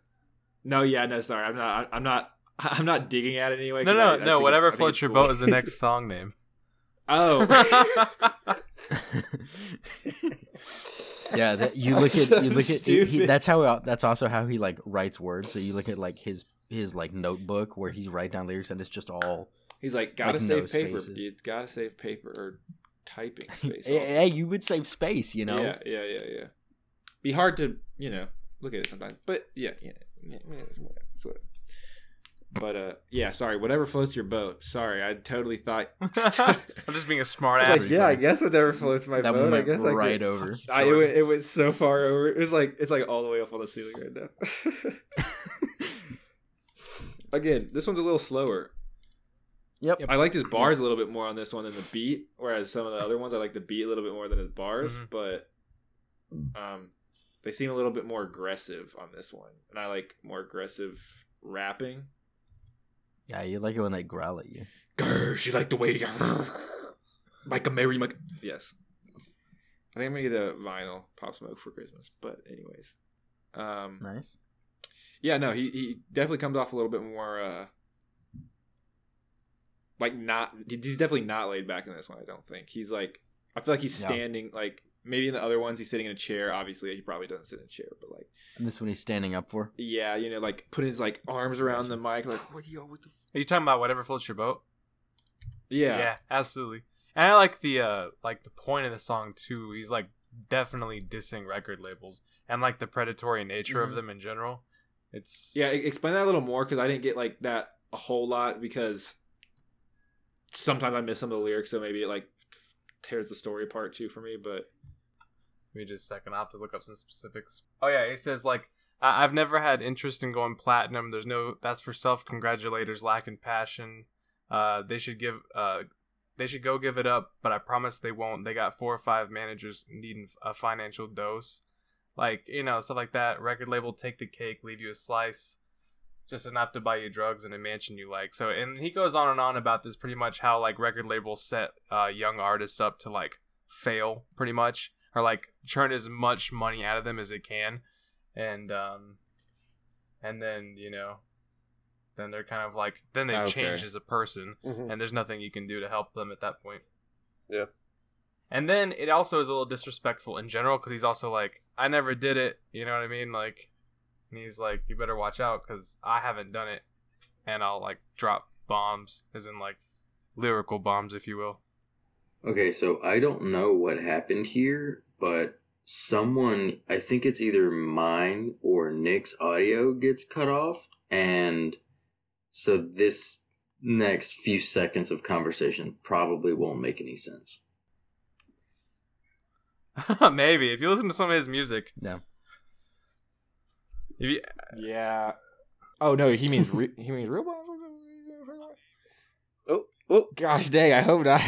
Speaker 3: No, yeah, no, sorry, I'm not. I'm not. *laughs* I'm not digging at it anyway.
Speaker 4: No,
Speaker 3: 'cause
Speaker 4: no,
Speaker 3: I- I
Speaker 4: no.
Speaker 3: think
Speaker 4: Whatever
Speaker 3: it's- I think
Speaker 4: floats
Speaker 3: it's
Speaker 4: your
Speaker 3: cool.
Speaker 4: boat is the next song name. *laughs*
Speaker 3: *laughs* Oh,
Speaker 1: yeah, that, you look
Speaker 3: I'm so
Speaker 1: at you look at he, he,
Speaker 3: stupid.
Speaker 1: that's how that's also how he like writes words. So you look at like his his like notebook where he's writing down lyrics and it's just all
Speaker 3: He's like, gotta
Speaker 1: Like, no
Speaker 3: save paper,
Speaker 1: spaces.
Speaker 3: dude. Gotta save paper or
Speaker 2: *laughs*
Speaker 3: typing
Speaker 1: hey,
Speaker 3: space.
Speaker 1: hey, you would save space, you know.
Speaker 3: Yeah, yeah, yeah, yeah. Be hard to, you know, look at it sometimes. But yeah, yeah, yeah, yeah, it's whatever, it's whatever. But uh, yeah, sorry. Whatever floats your boat. Sorry, I
Speaker 4: *laughs*
Speaker 3: totally thought. *laughs*
Speaker 4: I'm just being a smart
Speaker 2: Like,
Speaker 4: ass.
Speaker 2: yeah, I guess whatever floats my
Speaker 1: That
Speaker 2: boat. I
Speaker 1: went
Speaker 2: guess I
Speaker 1: right
Speaker 2: could-
Speaker 1: over.
Speaker 3: I,
Speaker 4: I,
Speaker 3: it, went, it went so far over. It was like it's like all the way up on the ceiling right now. Again, this one's a little slower.
Speaker 1: Yep.
Speaker 3: I like his bars a little bit more on this one than the beat, whereas some of the other ones I like the beat a little bit more than his bars,
Speaker 4: Mhm.
Speaker 3: but um, they seem a little bit more aggressive on this one, and I like more aggressive rapping.
Speaker 1: Yeah, you like it when they growl at you.
Speaker 3: Grr, she like the way you *laughs* Micah Mary Micah. Yes. I think I'm gonna get a vinyl pop smoke for Christmas. But anyways. Um
Speaker 1: Nice.
Speaker 3: yeah, no, he, he definitely comes off a little bit more uh like not he's definitely not laid back in this one, I don't think. He's like I feel like he's
Speaker 1: Yeah.
Speaker 3: standing like maybe in the other ones he's sitting in a chair. Obviously he probably doesn't sit in a chair, but like
Speaker 1: And this one he's standing up for.
Speaker 3: yeah, you know, like putting his like arms around the mic, like what do you what the f-?
Speaker 4: Are you talking about whatever floats your boat?
Speaker 3: Yeah.
Speaker 4: absolutely. And I like the uh like the point of the song too. He's like definitely dissing record labels and like the predatory nature
Speaker 3: Mhm.
Speaker 4: of them in general. It's
Speaker 3: Yeah, e- explain that a little more because I didn't get like that a whole lot because sometimes I miss some of the lyrics, so maybe it like tears the story apart too for me. But
Speaker 4: Let me just a second. I'll have to look up some specifics. Oh yeah, it says like I- I've never had interest in going platinum. There's no that's for self congratulators lacking passion. Uh, they should give uh, they should go give it up. But I promise they won't. They got four or five managers needing a financial dose, like you know stuff like that. Record label take the cake, leave you a slice, just enough to buy you drugs and a mansion you like. So and he goes on and on about this pretty much how like record labels set uh, young artists up to like fail pretty much or like churn as much money out of them as it can and um and then you know then they're kind of like then they've
Speaker 3: Okay.
Speaker 4: changed as a person
Speaker 2: Mhm.
Speaker 1: Mm-hmm.
Speaker 4: and there's nothing you can do to help them at that point
Speaker 2: Yeah.
Speaker 4: and then it also is a little disrespectful in general because he's also like i never did it you know what i mean like and he's like you better watch out because i haven't done it and i'll like drop bombs as in like lyrical bombs if you will *laughs*
Speaker 5: Okay, so I don't know what happened here, but someone, I think it's either mine or Nick's audio gets cut off, and so this next few seconds of conversation probably won't make any sense.
Speaker 4: Maybe if you listen to some of his music.
Speaker 1: Yeah.
Speaker 4: If you-
Speaker 3: yeah, oh no, he means re- he means real bombs.
Speaker 2: Oh, oh,
Speaker 3: Gosh dang, I hope not.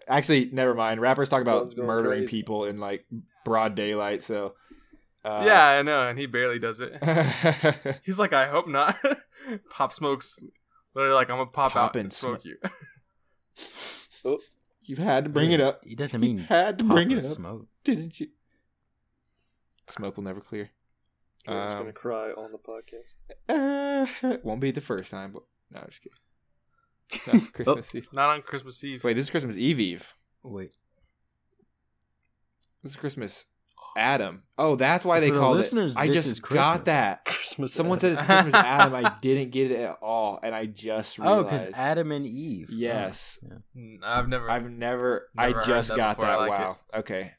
Speaker 3: *laughs* Actually, never mind. Rappers talk
Speaker 2: Bombs
Speaker 3: about
Speaker 2: going
Speaker 3: murdering
Speaker 2: crazy.
Speaker 3: people in like broad daylight, so uh, *laughs*
Speaker 4: yeah, I know, and he barely does it. *laughs*
Speaker 3: yeah.
Speaker 4: He's like, I hope not. *laughs* pop smokes. Literally, like I'm gonna pop,
Speaker 3: Pop
Speaker 4: out and
Speaker 3: and
Speaker 4: smoke you. *laughs*
Speaker 3: you had to bring it up.
Speaker 1: He doesn't
Speaker 3: You
Speaker 1: mean
Speaker 3: had to
Speaker 1: pop
Speaker 3: *laughs* bring
Speaker 1: a
Speaker 3: it up,
Speaker 1: smoke.
Speaker 3: didn't you? Smoke will never clear.
Speaker 2: I'm just
Speaker 3: Um,
Speaker 2: gonna cry on the podcast.
Speaker 3: Uh, won't be the first time, but no, I'm just kidding.
Speaker 1: *laughs* Oh.
Speaker 3: No, Christmas Eve.
Speaker 4: Not on Christmas Eve.
Speaker 3: Wait, this is Christmas Eve Eve.
Speaker 1: Wait,
Speaker 3: This is Christmas Adam. Oh, that's why they
Speaker 1: For the
Speaker 3: called
Speaker 1: listeners,
Speaker 3: it. I
Speaker 1: this
Speaker 3: just
Speaker 1: is Christmas.
Speaker 3: got that.
Speaker 2: Christmas. *laughs*
Speaker 3: Someone
Speaker 2: Adam.
Speaker 3: said it's
Speaker 1: *laughs*
Speaker 3: Christmas Adam. I didn't get it at all, and I just
Speaker 1: Oh,
Speaker 3: realized.
Speaker 1: because Adam and Eve.
Speaker 3: Yes.
Speaker 1: Oh, yeah.
Speaker 4: N- I've never.
Speaker 3: I've never.
Speaker 4: Never
Speaker 3: I
Speaker 4: heard
Speaker 3: just
Speaker 4: that
Speaker 3: got
Speaker 4: before. I
Speaker 3: that.
Speaker 4: like
Speaker 3: wow. Okay.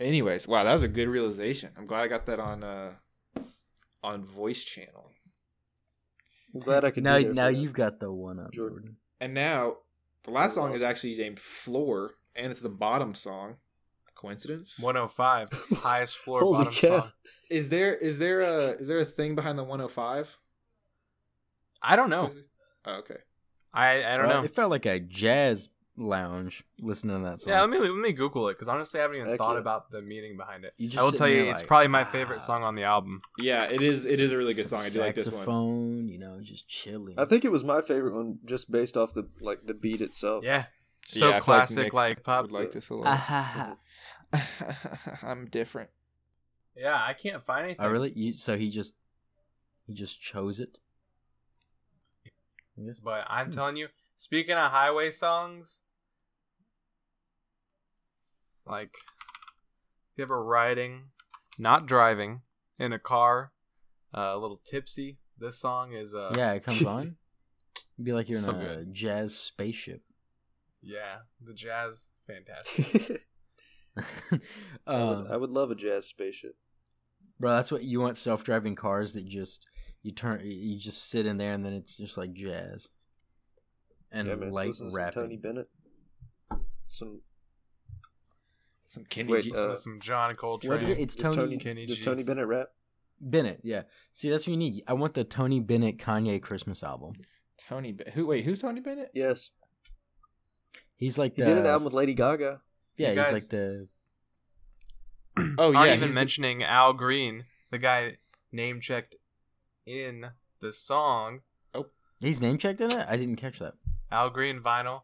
Speaker 3: Anyways, wow, that was a good realization. I'm glad I got that on uh on voice channel.
Speaker 2: I'm glad I could.
Speaker 1: Now,
Speaker 2: be there for
Speaker 1: now
Speaker 2: that.
Speaker 1: you've got the one up,
Speaker 2: Jordan.
Speaker 1: Jordan.
Speaker 3: And now the last song is actually named Floor, and it's the bottom song. Coincidence?
Speaker 4: 105 highest floor
Speaker 2: Holy
Speaker 4: bottom
Speaker 2: cow.
Speaker 4: song.
Speaker 3: is there? Is there a is there a thing behind the 105?
Speaker 4: I don't know.
Speaker 3: Oh, okay.
Speaker 4: I I don't
Speaker 1: Well,
Speaker 4: know.
Speaker 1: It felt like a jazz lounge listening to that song.
Speaker 4: Yeah, let me let me Google it because honestly, I haven't even
Speaker 2: Heck
Speaker 4: thought
Speaker 2: yeah.
Speaker 4: about the meaning behind it.
Speaker 1: You just
Speaker 4: I will
Speaker 1: sitting
Speaker 4: tell you,
Speaker 1: there
Speaker 4: it's
Speaker 1: like,
Speaker 4: probably my
Speaker 1: "Ah,
Speaker 4: favorite song on the album.
Speaker 3: Yeah, it is. It is a really good
Speaker 1: some
Speaker 3: song. I do like this one.
Speaker 1: saxophone, you know, just chilling.
Speaker 2: I think it was my favorite one, just based off the like the beat itself.
Speaker 4: Yeah, so
Speaker 3: Yeah, I feel like
Speaker 4: classic,
Speaker 3: Nick
Speaker 4: like,
Speaker 3: I
Speaker 4: pop.
Speaker 3: would like this a
Speaker 1: Ah,
Speaker 3: lot.
Speaker 1: ha, ha.
Speaker 3: *laughs* I'm different.
Speaker 4: Yeah, I can't find anything.
Speaker 1: Oh, really? You, so he just he just chose it. I guess.
Speaker 4: But I'm telling you, speaking of highway songs, like if you ever riding, not driving, in a car, uh, a little tipsy, this song is uh
Speaker 1: yeah, it
Speaker 2: *laughs*
Speaker 1: comes on. It'd be like you're in
Speaker 4: So
Speaker 1: a
Speaker 4: good.
Speaker 1: jazz spaceship. *laughs*
Speaker 4: yeah, the jazz fantastic.
Speaker 2: I, would,
Speaker 1: um,
Speaker 2: I would love a jazz spaceship.
Speaker 1: bro, that's what you want self-driving cars that just you turn you just sit in there and then it's just like jazz and
Speaker 2: yeah, man.
Speaker 1: light
Speaker 2: Listen to some
Speaker 1: rapping.
Speaker 2: Tony Bennett. Some
Speaker 3: Some Kenny
Speaker 2: Wait,
Speaker 3: G.
Speaker 2: uh,
Speaker 4: Some John Coltrane.
Speaker 1: What is it? It's
Speaker 2: does
Speaker 1: Tony
Speaker 4: Kenny
Speaker 2: does
Speaker 4: G.
Speaker 2: Tony Bennett rap?
Speaker 1: Bennett, yeah. See, that's what you need. I want the Tony Bennett Kanye Christmas album.
Speaker 3: Tony. Ben- who? Wait, who's Tony Bennett?
Speaker 2: Yes,
Speaker 1: He's like
Speaker 2: he
Speaker 1: the
Speaker 2: did an album with Lady Gaga.
Speaker 1: yeah,
Speaker 4: You
Speaker 1: he's
Speaker 4: guys-
Speaker 1: like the
Speaker 4: Aren't
Speaker 3: Oh yeah,
Speaker 4: even
Speaker 3: he's the-
Speaker 4: mentioning Al Green, the guy name checked in the song.
Speaker 1: he's name checked in it. I didn't catch that.
Speaker 4: Al Green vinyl.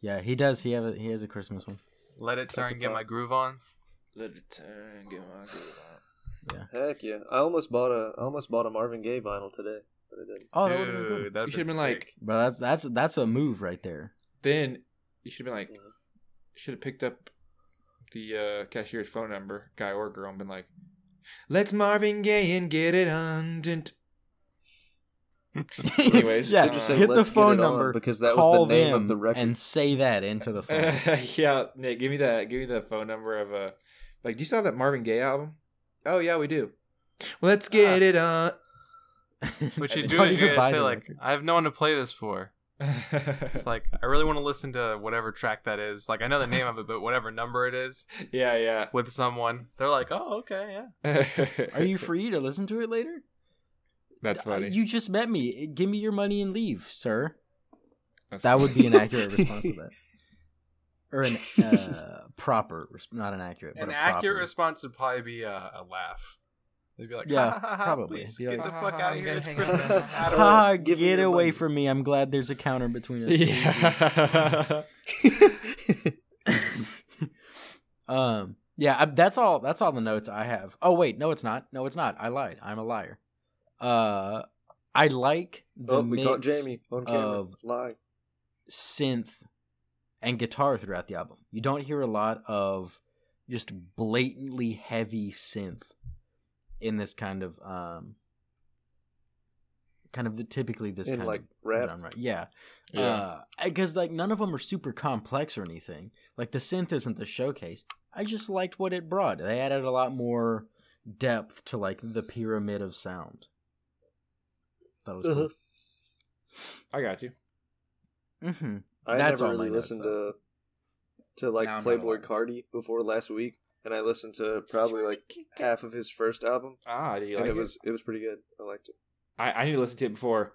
Speaker 1: Yeah, he does. He have a, he has a Christmas one.
Speaker 4: Let it
Speaker 2: That's
Speaker 4: turn,
Speaker 2: a
Speaker 4: get
Speaker 2: pop.
Speaker 4: my groove on.
Speaker 3: Let it turn, get my groove on.
Speaker 2: Heck yeah! I almost bought a I almost bought a Marvin Gaye vinyl today, but I didn't.
Speaker 1: Oh, that would have been cool.
Speaker 4: Dude, that
Speaker 3: You should have been like,
Speaker 1: Bro, that's that's that's a move right
Speaker 2: *laughs*
Speaker 1: there.
Speaker 3: then you should have been like,
Speaker 2: Yeah.
Speaker 3: should have picked up the uh, cashier's phone number, guy or girl, and been like, "Let's Marvin Gaye and get it on." dint."
Speaker 1: *laughs*
Speaker 3: Anyways,
Speaker 1: yeah,
Speaker 3: Did you say,
Speaker 1: get the
Speaker 2: "Let's get
Speaker 1: phone
Speaker 2: it on,"
Speaker 1: number
Speaker 2: because that was the
Speaker 1: call
Speaker 2: name of
Speaker 1: them,
Speaker 2: the record.
Speaker 1: and say that into the phone.
Speaker 3: *laughs* yeah, Nick, give me that. Give me the phone number of uh, like, do you still have that Marvin Gaye album? Ah. Oh yeah, we do. Let's get it on.
Speaker 4: *laughs*
Speaker 1: *laughs*
Speaker 4: What
Speaker 3: I
Speaker 4: you
Speaker 3: didn't
Speaker 4: do is
Speaker 1: even
Speaker 4: you
Speaker 1: buy
Speaker 4: say
Speaker 1: the
Speaker 4: like,
Speaker 1: record.
Speaker 4: I have no one to play this for.
Speaker 3: *laughs*
Speaker 4: It's like I really want to listen to whatever track that is. Like I know the name of it, but whatever number it is
Speaker 3: *laughs* yeah,
Speaker 4: with someone, they're like, oh okay, yeah.
Speaker 3: yeah.
Speaker 1: Are you free to listen to it later?
Speaker 3: That's funny.
Speaker 1: You just met me. Give me your money and leave, sir.
Speaker 3: That's
Speaker 1: That
Speaker 3: funny.
Speaker 1: would be an accurate response to that, or
Speaker 2: *laughs*
Speaker 1: an uh, proper, res- not an accurate, but
Speaker 4: An
Speaker 1: a
Speaker 4: accurate
Speaker 1: proper.
Speaker 4: response would probably be a, a laugh. They'd be like,
Speaker 1: Yeah,
Speaker 4: yeah, ha, ha, ha,
Speaker 1: probably.
Speaker 4: Please
Speaker 1: Be
Speaker 4: get
Speaker 1: like,
Speaker 4: the
Speaker 3: "Ha, ha,
Speaker 4: fuck
Speaker 3: ha,
Speaker 4: out
Speaker 3: I'm
Speaker 4: of here.
Speaker 3: gonna
Speaker 4: It's
Speaker 3: hang
Speaker 4: Christmas.
Speaker 3: out."
Speaker 4: I don't *laughs*
Speaker 2: Ha,
Speaker 4: want-
Speaker 1: Ha,
Speaker 2: Give me
Speaker 1: get
Speaker 2: your
Speaker 1: away
Speaker 2: money.
Speaker 1: from me. I'm glad there's a counter between us.
Speaker 2: *laughs*
Speaker 3: *laughs* Yeah.
Speaker 1: *laughs* um, yeah, I, that's all. That's all the notes I have. Oh wait, no, it's not. No, it's not. I lied. I'm a liar. Uh, I like the
Speaker 2: oh, we caught
Speaker 1: mix
Speaker 2: Jamie on camera.
Speaker 1: of-
Speaker 2: Lie.
Speaker 1: synth and guitar throughout the album. You don't hear a lot of just blatantly heavy synth in this kind of um kind of the typically this
Speaker 2: In,
Speaker 1: kind
Speaker 2: like,
Speaker 1: of
Speaker 2: rap?
Speaker 1: genre. Yeah. Because like none of them are super complex or anything. Like the synth isn't the showcase. I just liked what it brought. They added a lot more depth to like the pyramid of sound. That was
Speaker 2: Uh-huh.
Speaker 1: cool.
Speaker 3: *laughs* I got you.
Speaker 1: hmm
Speaker 2: I
Speaker 1: That's all
Speaker 2: never
Speaker 1: my
Speaker 2: really
Speaker 1: notes,
Speaker 2: listened
Speaker 1: though.
Speaker 2: to to like
Speaker 1: Now I'm not
Speaker 2: Playboy
Speaker 1: allowed.
Speaker 2: Cardi before last week, and I listened to probably like half of his first album,
Speaker 3: Ah, do you
Speaker 2: and
Speaker 3: like
Speaker 2: it was it was pretty good. I liked it.
Speaker 3: I, I need to listen to it before.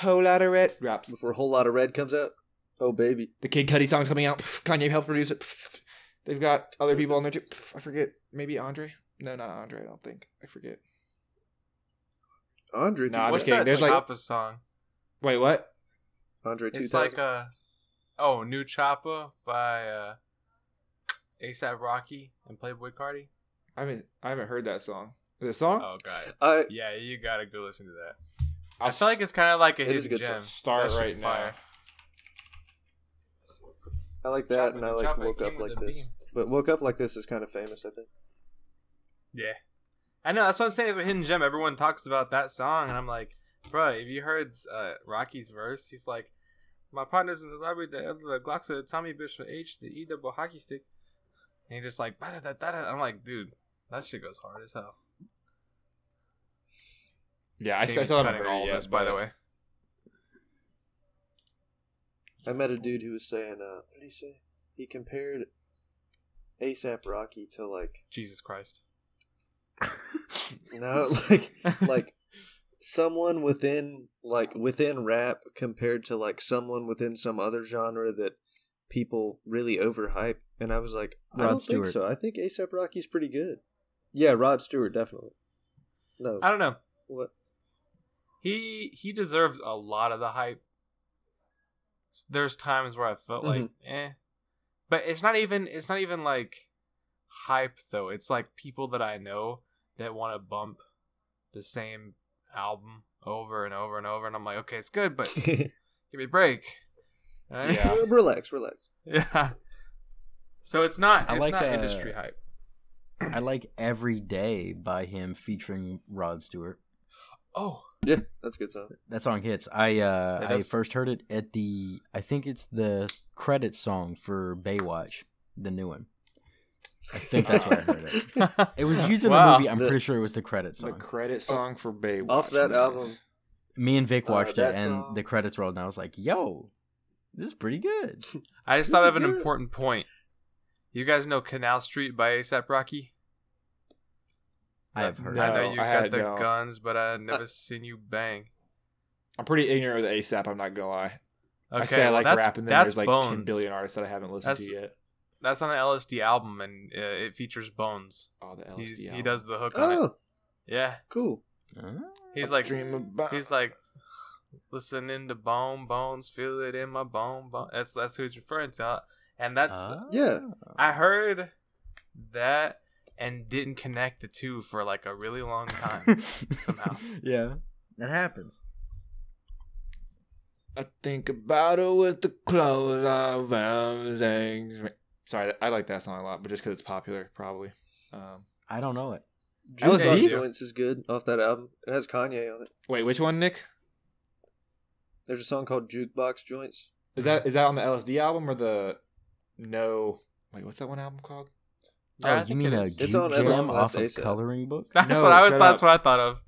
Speaker 3: Whole lot of red drops.
Speaker 2: Before a whole lot of red comes out, oh baby,
Speaker 3: The Kid Cudi song's coming out. Pff, Kanye helped produce it. Pff, They've got other people on there too. Pff, I forget. Maybe Andre. No, not Andre. I don't think. I forget.
Speaker 2: Andre,
Speaker 3: Nah, I'm
Speaker 4: What's
Speaker 3: just kidding.
Speaker 4: that
Speaker 3: There's like-
Speaker 4: Choppa song?
Speaker 3: Wait, what?
Speaker 2: Andre two
Speaker 4: It's like
Speaker 2: thousand.
Speaker 4: a oh, New Choppa by uh, ASAP Rocky and Playboy Cardi.
Speaker 3: I haven't. I haven't heard that song. The song?
Speaker 4: Oh god,
Speaker 2: I
Speaker 4: yeah, you gotta go listen to that.
Speaker 3: I'll
Speaker 4: I feel like it's kind of like a
Speaker 2: It is
Speaker 4: hidden
Speaker 2: a good
Speaker 4: gem.
Speaker 2: song.
Speaker 3: start
Speaker 4: That shit's
Speaker 3: right now.
Speaker 4: fire.
Speaker 2: I like that,
Speaker 4: Choppa,
Speaker 2: and I
Speaker 4: New
Speaker 2: like
Speaker 4: Choppa
Speaker 2: woke
Speaker 4: came
Speaker 2: up
Speaker 4: with
Speaker 2: like
Speaker 4: the
Speaker 2: this.
Speaker 4: beam.
Speaker 2: But woke up like this is kind of famous, I think.
Speaker 4: Yeah, I know. That's what I'm saying. It's a hidden gem. Everyone talks about that song, and I'm like, bro, have you heard uh, Rocky's verse? He's like, my partner's in the library, the elder, the Glock's the Tommy Bitch for H, the E double hockey stick, and he just like, "Ba-da-da-da-da." I'm like, dude, that shit goes hard as hell.
Speaker 3: Yeah, I, I
Speaker 4: Jamie's
Speaker 3: still haven't
Speaker 4: cutting
Speaker 3: heard it
Speaker 4: all
Speaker 3: yet,
Speaker 4: this, by the
Speaker 3: but-
Speaker 4: way.
Speaker 2: I met a dude who was saying, uh, what did he say? He compared ASAP Rocky to like *laughs*
Speaker 4: Jesus Christ.
Speaker 2: no, Uh, like like someone within like within rap compared to like someone within some other genre that people really overhype. And I was like, I
Speaker 1: Rod
Speaker 2: don't
Speaker 1: Stewart.
Speaker 2: think so. I think ASAP Rocky's pretty good. Yeah, Rod Stewart definitely. No, *laughs*
Speaker 4: I don't know.
Speaker 2: what?
Speaker 4: He he deserves a lot of the hype. S- There's times where I felt like,
Speaker 1: Mm-hmm.
Speaker 4: eh, but it's not even it's not even like hype though. It's like people that I know that want to bump the same album over and over and over, and I'm like, okay, it's good, but give me a break. You know what I mean?
Speaker 3: Yeah.
Speaker 2: relax, relax.
Speaker 4: *laughs* yeah. So it's not
Speaker 1: I
Speaker 4: it's
Speaker 1: like,
Speaker 4: not
Speaker 1: uh,
Speaker 4: industry hype.
Speaker 1: *laughs* *laughs* I like Every Day by him featuring Rod Stewart.
Speaker 4: Oh,
Speaker 2: Yeah, that's a good song.
Speaker 1: That song hits. I uh,
Speaker 4: It
Speaker 1: I
Speaker 4: does.
Speaker 1: first heard it at the I think it's the credit song for Baywatch, the new one. I think that's where I heard it. It was used in
Speaker 4: Wow.
Speaker 1: the movie. I'm
Speaker 2: The-
Speaker 1: pretty sure it was the credit
Speaker 3: The
Speaker 1: song.
Speaker 3: credit song for Baywatch.
Speaker 2: Off that
Speaker 3: man.
Speaker 2: album,
Speaker 1: Me and Vic
Speaker 2: Uh,
Speaker 1: watched
Speaker 2: that
Speaker 1: it, and
Speaker 2: song-
Speaker 1: the credits rolled, and I was like, "Yo, this is pretty good."
Speaker 4: I just
Speaker 2: This
Speaker 4: thought
Speaker 2: is
Speaker 4: of an
Speaker 2: good.
Speaker 4: important point. You guys know Canal Street by ASAP Rocky?
Speaker 1: I have heard.
Speaker 3: No,
Speaker 4: I know you
Speaker 3: I
Speaker 4: got the
Speaker 3: don't.
Speaker 4: guns, but i never seen you bang.
Speaker 3: I'm pretty ignorant of the ASAP. I'm not gonna lie.
Speaker 4: Okay,
Speaker 3: I say I
Speaker 4: well,
Speaker 3: like
Speaker 4: that's,
Speaker 3: rap, and then
Speaker 4: that's
Speaker 3: there's like
Speaker 4: Bones.
Speaker 3: 10 billion artists that I haven't listened
Speaker 4: That's-
Speaker 3: to yet.
Speaker 4: That's on an LSD album, and uh, it features Bones.
Speaker 3: Oh, the LSD
Speaker 4: He's, he
Speaker 3: album.
Speaker 4: does the hook on it.
Speaker 2: oh,
Speaker 4: Yeah,
Speaker 2: cool.
Speaker 4: he's like
Speaker 3: dream about.
Speaker 4: he's like listening to bone bones, feel it in my bone bone. That's that's who he's referring to, and that's
Speaker 2: Yeah.
Speaker 1: Oh.
Speaker 4: I heard that and didn't connect the two for like a
Speaker 1: *laughs*
Speaker 4: really long time. somehow.
Speaker 1: Yeah, that happens.
Speaker 3: I think about her with the clothes on things. Sorry, I like that song a lot, but just because it's popular, probably. Um,
Speaker 1: I don't know it.
Speaker 2: Juice
Speaker 4: Hey.
Speaker 2: on Joints is good off that album. It has Kanye on it.
Speaker 3: wait, which one, Nick?
Speaker 2: There's a song called Jukebox Joints.
Speaker 3: Is that is that on the LSD album or the No? Wait, what's that one album called?
Speaker 4: Yeah, I
Speaker 1: oh, you
Speaker 4: think
Speaker 1: mean
Speaker 4: it
Speaker 1: a
Speaker 4: is.
Speaker 2: It's on
Speaker 1: jam
Speaker 2: everyone
Speaker 1: off
Speaker 2: last
Speaker 1: of
Speaker 2: ASAP.
Speaker 1: coloring book?
Speaker 4: *laughs* That's
Speaker 3: No,
Speaker 4: what I was.
Speaker 3: shut
Speaker 4: That's
Speaker 3: up.
Speaker 4: what I thought of.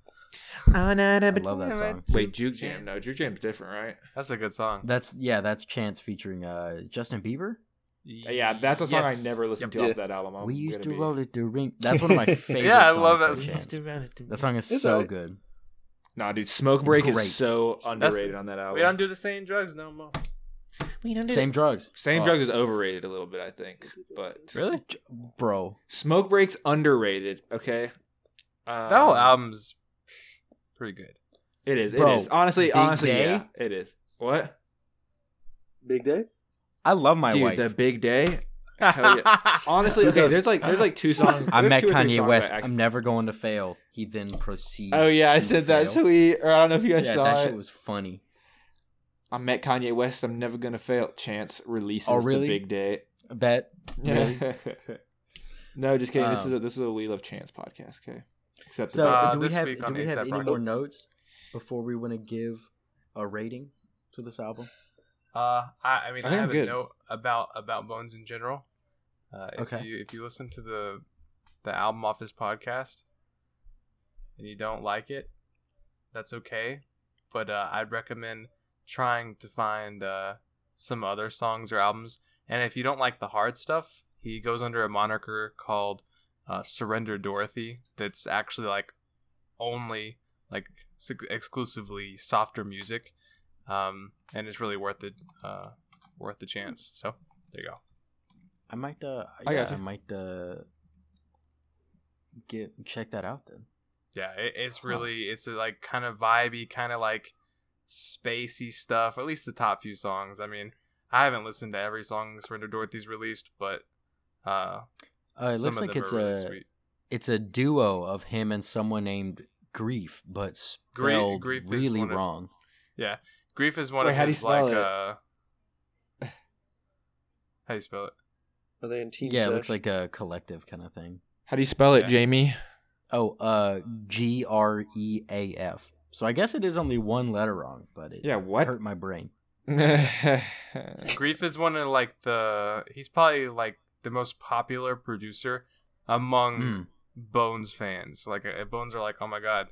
Speaker 1: I love that song.
Speaker 3: Wait, Juke Jam. No, Juke Jam's different, right?
Speaker 4: That's a good song.
Speaker 1: That's yeah, that's Chance featuring uh Justin Bieber.
Speaker 3: Yeah, that's a song
Speaker 4: Yes.
Speaker 3: I never listened
Speaker 2: Yep.
Speaker 3: to
Speaker 2: Yeah.
Speaker 3: off that album. I'm
Speaker 1: we used
Speaker 3: gonna
Speaker 1: to
Speaker 3: be-
Speaker 1: roll it to ring. That's one of my favorite.
Speaker 4: Yeah, I love
Speaker 1: songs
Speaker 4: that
Speaker 1: by
Speaker 4: song.
Speaker 1: Chance. That song is
Speaker 2: It's
Speaker 1: so
Speaker 2: alright.
Speaker 1: good.
Speaker 3: Nah, dude, Smoke Break
Speaker 1: great.
Speaker 3: is so underrated on that album.
Speaker 4: We don't do the same drugs no more.
Speaker 3: we don't
Speaker 1: Same drugs,
Speaker 3: Same
Speaker 1: Oh.
Speaker 3: Drugs is overrated a little bit, I think, but
Speaker 4: Really?
Speaker 1: J- bro.
Speaker 3: Smoke Break's underrated. Okay, um,
Speaker 4: That whole album's pretty good.
Speaker 3: It is. It
Speaker 1: Bro,
Speaker 3: is honestly,
Speaker 1: Big
Speaker 3: honestly,
Speaker 1: Day?
Speaker 3: yeah, it is. What,
Speaker 2: Big Day?
Speaker 1: I love my
Speaker 3: dude?
Speaker 1: wife.
Speaker 3: The Big
Speaker 1: *laughs*
Speaker 3: Day. Hell yeah. Honestly, okay. There's like there's like two songs.
Speaker 1: I
Speaker 3: there's
Speaker 1: met
Speaker 3: two or three
Speaker 1: Kanye
Speaker 3: songs
Speaker 1: West.
Speaker 3: that I
Speaker 1: I'm never going to fail. He then proceeds.
Speaker 3: Oh yeah, I
Speaker 1: to
Speaker 3: said that
Speaker 1: fail.
Speaker 3: tweet, or I don't know if you guys
Speaker 1: yeah,
Speaker 3: saw
Speaker 1: that
Speaker 3: it.
Speaker 1: shit was funny.
Speaker 3: I met Kanye West. I'm never gonna fail. Chance releases
Speaker 1: Oh, really?
Speaker 3: the big day.
Speaker 1: I bet. Really?
Speaker 3: *laughs* no, just kidding. this is
Speaker 1: Um,
Speaker 3: a this is a We Love Chance podcast. Okay, except
Speaker 1: So
Speaker 3: the,
Speaker 4: Uh,
Speaker 1: do we
Speaker 4: this
Speaker 1: have
Speaker 4: week
Speaker 1: do
Speaker 4: on
Speaker 1: we have
Speaker 4: ASAP
Speaker 1: any
Speaker 4: Rocky.
Speaker 1: more notes before we want to give a rating to this album?
Speaker 4: *laughs* Uh, I, I mean,
Speaker 3: I
Speaker 4: I,
Speaker 3: think I'm
Speaker 4: have a
Speaker 3: good.
Speaker 4: note about about Bones in general. Uh, if
Speaker 1: Okay.
Speaker 4: you if you listen to the the album off this podcast and you don't like it, that's okay. But uh, I'd recommend trying to find uh, some other songs or albums. And if you don't like the hard stuff, he goes under a moniker called uh, Surrender Dorothy. That's actually like only like s- exclusively softer music, um, and it's really worth it. Uh, worth the chance. So there you go.
Speaker 1: I might uh
Speaker 3: I
Speaker 1: yeah,
Speaker 3: gotcha.
Speaker 1: I might uh get check that out then.
Speaker 4: Yeah, it, it's really it's a, like kind of vibey, kind of like spacey stuff. At least the top few songs. I mean, I haven't listened to every song Surrender Dorothy's released, but uh,
Speaker 1: Uh, it
Speaker 4: some
Speaker 1: looks
Speaker 4: of
Speaker 1: like
Speaker 4: them
Speaker 1: it's
Speaker 4: are really
Speaker 1: a
Speaker 4: sweet.
Speaker 1: it's a duo of him and someone named Grief, but
Speaker 4: Grie-
Speaker 1: spelled
Speaker 4: Grief is
Speaker 1: really
Speaker 4: one of-
Speaker 1: wrong.
Speaker 4: Grief is one
Speaker 3: Wait,
Speaker 4: of
Speaker 3: how do you
Speaker 4: his like.
Speaker 3: spell it?
Speaker 4: Uh, how do you spell it?
Speaker 2: Are they in Team
Speaker 1: Yeah, it
Speaker 2: Sesh?
Speaker 1: looks like a collective kind of thing.
Speaker 3: how do you spell it,
Speaker 4: Yeah.
Speaker 3: Jamie?
Speaker 1: Oh, uh, G R E A F. So I guess it is only one letter wrong, but it
Speaker 3: Yeah, what?
Speaker 1: hurt my brain.
Speaker 4: Grief is one of like the he's probably like the most popular producer among
Speaker 1: Mm.
Speaker 4: Bones fans. Like uh, Bones are like, oh my god,